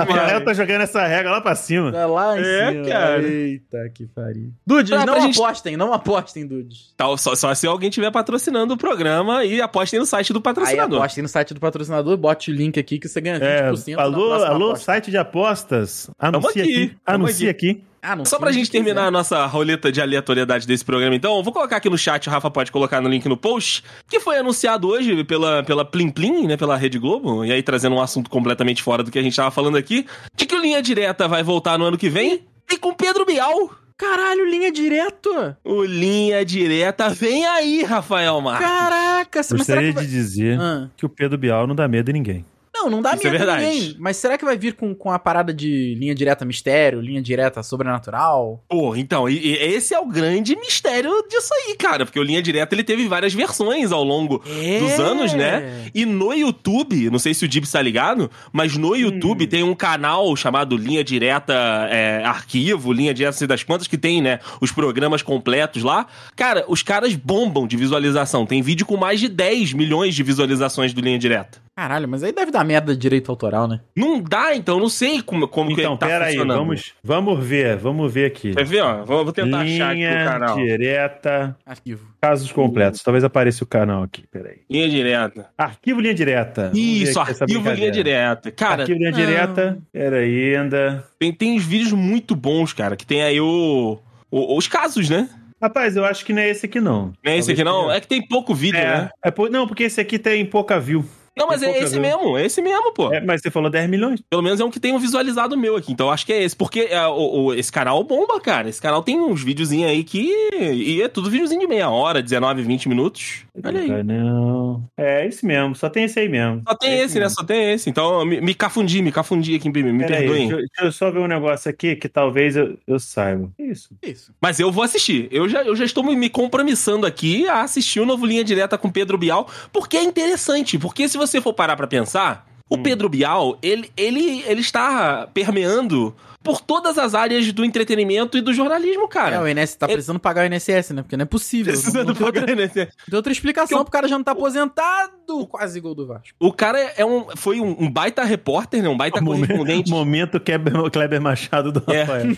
Speaker 4: A galera
Speaker 3: Rafael.
Speaker 4: tá jogando essa regra lá pra cima.
Speaker 2: Tá lá em
Speaker 3: É,
Speaker 2: cima.
Speaker 3: cara.
Speaker 2: Eita, que faria. Dudes,
Speaker 3: Pra-
Speaker 2: não
Speaker 3: pra gente-
Speaker 2: apostem, não apostem, Dudes.
Speaker 3: Tá, só, só se alguém estiver patrocinando o programa e apostem no site do
Speaker 2: Aí
Speaker 3: patrocinador.
Speaker 2: apostem no site do patrocinador, bote o link aqui que você ganha 20%
Speaker 4: É,
Speaker 2: na
Speaker 4: alô,
Speaker 2: próxima
Speaker 4: alô,
Speaker 2: aposta.
Speaker 4: site de apostas. Anuncia
Speaker 3: aqui,
Speaker 4: aqui.
Speaker 3: tamo
Speaker 4: Anuncia aqui.
Speaker 2: Ah, não
Speaker 3: Só
Speaker 2: sei
Speaker 3: pra
Speaker 2: o que
Speaker 3: gente terminar a
Speaker 2: quiser.
Speaker 3: nossa roleta de aleatoriedade desse programa, então, eu vou colocar aqui no chat, o Rafa pode colocar no link no post, que foi anunciado hoje pela, pela Plim Plim, né, pela Rede Globo, e aí trazendo um assunto completamente fora do que a gente tava falando aqui, de que o Linha Direta vai voltar no ano que vem, e com Pedro Bial.
Speaker 2: Caralho, linha direto!
Speaker 3: O Linha Direta vem aí, Rafael Marques.
Speaker 2: Caraca, mas será que
Speaker 4: Gostaria
Speaker 2: vai...
Speaker 4: de dizer
Speaker 2: Ah.
Speaker 4: que o Pedro Bial não dá medo em ninguém.
Speaker 2: Não, não dá
Speaker 3: Isso é
Speaker 2: medo a
Speaker 3: verdade.
Speaker 2: ninguém. Mas será que vai vir com, com a parada de linha direta mistério, linha direta sobrenatural?
Speaker 3: Pô, então, e- e esse é o grande mistério disso aí, cara, porque o Linha Direta ele teve várias versões ao longo dos anos, né? E no YouTube, não sei se o Dibs tá ligado, mas
Speaker 4: Hum.
Speaker 3: no YouTube tem um canal chamado Linha Direta é, Arquivo, Linha Direta não sei das quantas, que tem, né, os programas completos lá. Cara, os caras bombam de visualização. Tem vídeo com mais de 10 milhões de visualizações do Linha Direta.
Speaker 2: Caralho, mas aí deve dar merda de direito autoral, né?
Speaker 3: Não dá, então, não sei como, como
Speaker 4: Então,
Speaker 3: que tá
Speaker 4: pera aí,
Speaker 3: funcionando.
Speaker 4: vamos, vamos ver, vamos ver aqui.
Speaker 3: Quer ver, ó? Vou, vou tentar achar aqui o
Speaker 4: Linha
Speaker 3: canal.
Speaker 4: direta,
Speaker 2: Arquivo.
Speaker 4: casos completos. Talvez apareça o canal aqui, peraí.
Speaker 3: Linha Direta.
Speaker 4: Arquivo linha direta. Vamos ver
Speaker 3: Isso,
Speaker 4: aqui essa
Speaker 3: arquivo linha
Speaker 4: brincadeira.
Speaker 3: direta. Cara,
Speaker 4: Arquivo linha
Speaker 2: não.
Speaker 4: direta, peraí ainda.
Speaker 3: tem, tem uns vídeos muito bons, cara, que tem aí o, o- os casos, né?
Speaker 4: Rapaz, eu acho que não é esse aqui não.
Speaker 3: Não é esse aqui, não? É que tem pouco vídeo,
Speaker 4: É,
Speaker 3: né?
Speaker 4: é por- não, porque esse aqui tem pouca view.
Speaker 3: Não, mas
Speaker 4: tem
Speaker 3: é
Speaker 4: pouca
Speaker 3: esse
Speaker 4: view.
Speaker 3: mesmo, é esse mesmo, pô.
Speaker 4: É, mas você falou 10 milhões.
Speaker 3: Pelo menos é um que tem um visualizado meu aqui, então eu acho que é esse. Porque é, o- o- esse canal bomba, cara. Esse canal tem uns videozinhos aí que... E é tudo videozinho de meia hora, 19, 20 minutos. Olha aí.
Speaker 4: Ah, Não. É esse mesmo, só tem esse aí mesmo.
Speaker 3: Só tem esse, né? Só tem esse. Então me, me cafundi, me cafundi aqui, me, me
Speaker 4: Peraí,
Speaker 3: perdoem.
Speaker 4: deixa, eu- deixa eu só ver um negócio aqui que talvez eu, eu saiba. Que Isso.
Speaker 2: Que Isso.
Speaker 3: Mas eu vou assistir. Eu já, eu já estou me- me compromissando aqui a assistir o novo Linha Direta com Pedro Bial, porque é interessante. Porque se você for parar pra pensar, o Pedro Bial, ele, ele, ele está permeando por todas as áreas do entretenimento e do jornalismo, cara.
Speaker 2: É, o INSS tá
Speaker 3: Ele-
Speaker 2: precisando pagar o INSS, né? Porque não é possível.
Speaker 3: Precisa
Speaker 2: não, não
Speaker 3: do
Speaker 2: tem outra-
Speaker 3: programa, né?
Speaker 2: Tem outra explicação,
Speaker 3: Porque
Speaker 2: pro cara já não tá aposentado. Quase gol do Vasco.
Speaker 3: O cara é um, foi um, um baita repórter, né? Um baita
Speaker 4: Momento,
Speaker 3: correspondente.
Speaker 4: momento Kleber, Kleber Machado do
Speaker 3: É.
Speaker 4: Rafael.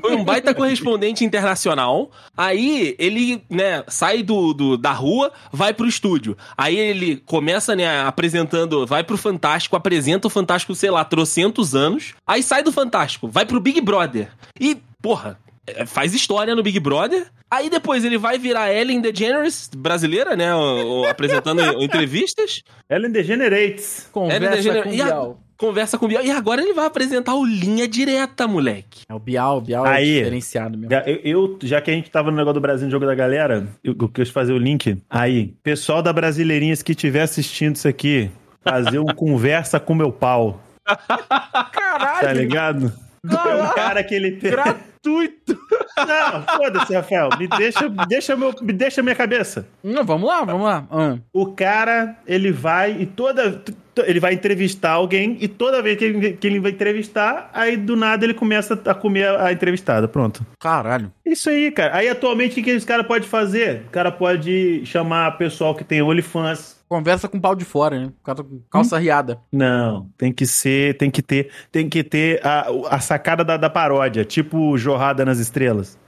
Speaker 3: Foi um baita correspondente internacional. Aí ele, né, sai do, do- da rua, vai pro estúdio. Aí ele começa, né, apresentando, vai pro Fantástico, apresenta o Fantástico, sei lá, trocentos anos. Aí sai do Fantástico, vai pro Big Brother. E, porra, é, faz história no Big Brother. Aí depois ele vai virar Ellen DeGeneres, brasileira, né, o- o-
Speaker 2: [laughs]
Speaker 3: apresentando entrevistas.
Speaker 4: Ellen DeGenerates.
Speaker 2: Conversa
Speaker 3: degener-
Speaker 2: com o
Speaker 3: né, E a-
Speaker 2: Bial.
Speaker 3: Conversa com o Bial. E agora ele vai apresentar o Linha Direta, moleque.
Speaker 2: É, o Bial, o Bial
Speaker 4: Aí. Ah,
Speaker 2: é diferenciado mesmo.
Speaker 4: Ga- Eu, eu- já que a gente tava no negócio do Brasil no jogo da galera, eu, eu quis fazer o link. Aí, pessoal da Brasileirinhas que estiver assistindo isso aqui, fazer um [laughs] conversa com meu pau,
Speaker 3: Ah,
Speaker 4: tá
Speaker 2: Caralho,
Speaker 4: ligado? É um cara que ele tem.
Speaker 2: gratuito.
Speaker 4: Não, foda-se, Rafael. Me deixa, me deixa, meu, me deixa minha cabeça.
Speaker 2: Não, Hum, vamos lá, vamos lá. Ah.
Speaker 4: O cara, ele vai e toda. to- Ele vai entrevistar alguém e toda vez que ele, que ele vai entrevistar, aí do nada ele começa a comer a entrevistada. Pronto.
Speaker 2: Caralho.
Speaker 4: Isso aí, cara. Aí atualmente o que, que esse cara pode fazer? O cara pode chamar pessoal que tem OnlyFans.
Speaker 2: Conversa com o pau de fora, né? O cara tá com calça riada.
Speaker 4: Não, tem que ser, tem que ter, tem que ter a, a sacada da, da paródia, tipo Jorrada nas Estrelas.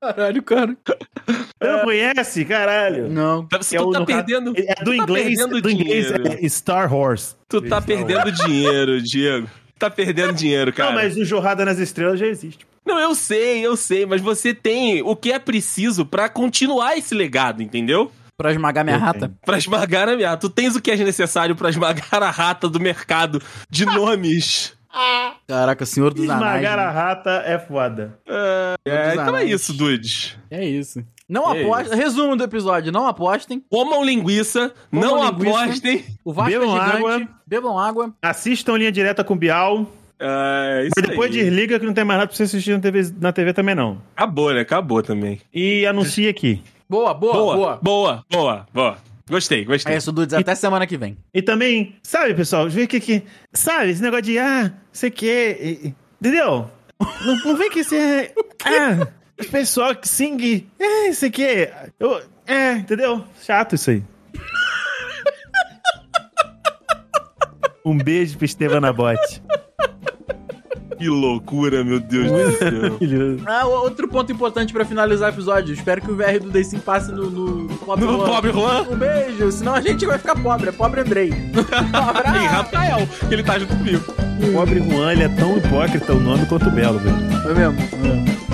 Speaker 2: Caralho, cara.
Speaker 4: Você não conhece, caralho?
Speaker 2: Não.
Speaker 3: É. Se
Speaker 4: É o-
Speaker 3: tu tá
Speaker 4: no caso,
Speaker 3: perdendo.
Speaker 4: É do
Speaker 3: tá
Speaker 4: inglês,
Speaker 3: perdendo
Speaker 4: do inglês
Speaker 3: dinheiro.
Speaker 4: é Star Horse.
Speaker 3: Tu tá perdendo dinheiro, Diego. Tá perdendo dinheiro, cara.
Speaker 4: Não, mas o Jorrada nas Estrelas já existe.
Speaker 3: Não, eu sei, eu sei, mas você tem o que é preciso pra continuar esse legado, entendeu?
Speaker 2: Pra esmagar minha
Speaker 4: Eu
Speaker 2: rata.
Speaker 4: tenho.
Speaker 3: Pra esmagar a minha. Tu tens o que é necessário pra esmagar a rata do mercado de nomes.
Speaker 2: Caraca, senhor dos anais.
Speaker 4: Esmagar a
Speaker 2: né?
Speaker 4: rata é foda.
Speaker 3: É, então é
Speaker 2: anéis.
Speaker 3: isso, dudes.
Speaker 2: É isso. Não
Speaker 3: É
Speaker 2: apostem. Resumo do episódio: não apostem.
Speaker 3: Comam um linguiça,
Speaker 2: Comam
Speaker 4: um
Speaker 3: não
Speaker 2: linguiça.
Speaker 3: apostem.
Speaker 2: O Vasco
Speaker 4: Bebam
Speaker 2: é gigante.
Speaker 4: água.
Speaker 2: Bebam água.
Speaker 4: Assistam linha direta com Bial.
Speaker 3: É, isso
Speaker 4: Mas depois
Speaker 3: aí.
Speaker 4: desliga que não tem mais nada pra você assistir na TV, na TV também, não.
Speaker 3: Acabou, né? Acabou também.
Speaker 4: E anuncia aqui.
Speaker 2: Boa, boa, boa.
Speaker 3: boa, boa, boa. boa. Gostei, gostei.
Speaker 2: É isso, Dudes. Até semana que vem.
Speaker 4: E também, sabe, pessoal, vê que, que sabe, esse negócio de ah, sei que, e- e- entendeu? Não, não vem que você ah, esse pessoal que sing, é, sei que, eu, é, entendeu? Chato isso aí. Um beijo pro Esteban Nabote.
Speaker 3: Que loucura, meu Deus do céu.
Speaker 2: Ah, o- outro ponto importante pra finalizar o episódio. Espero que o VR do Day Sim passe no, no, no pobre
Speaker 3: No
Speaker 2: Juan.
Speaker 3: pobre Juan.
Speaker 2: Um beijo, senão a gente vai ficar pobre. É pobre Andrei. Um
Speaker 3: E
Speaker 2: abraço.
Speaker 3: Rafael, que ele tá junto comigo.
Speaker 4: Pobre Juan, ele é tão hipócrita o nome quanto o Belo, velho.
Speaker 2: Foi mesmo. Foi mesmo.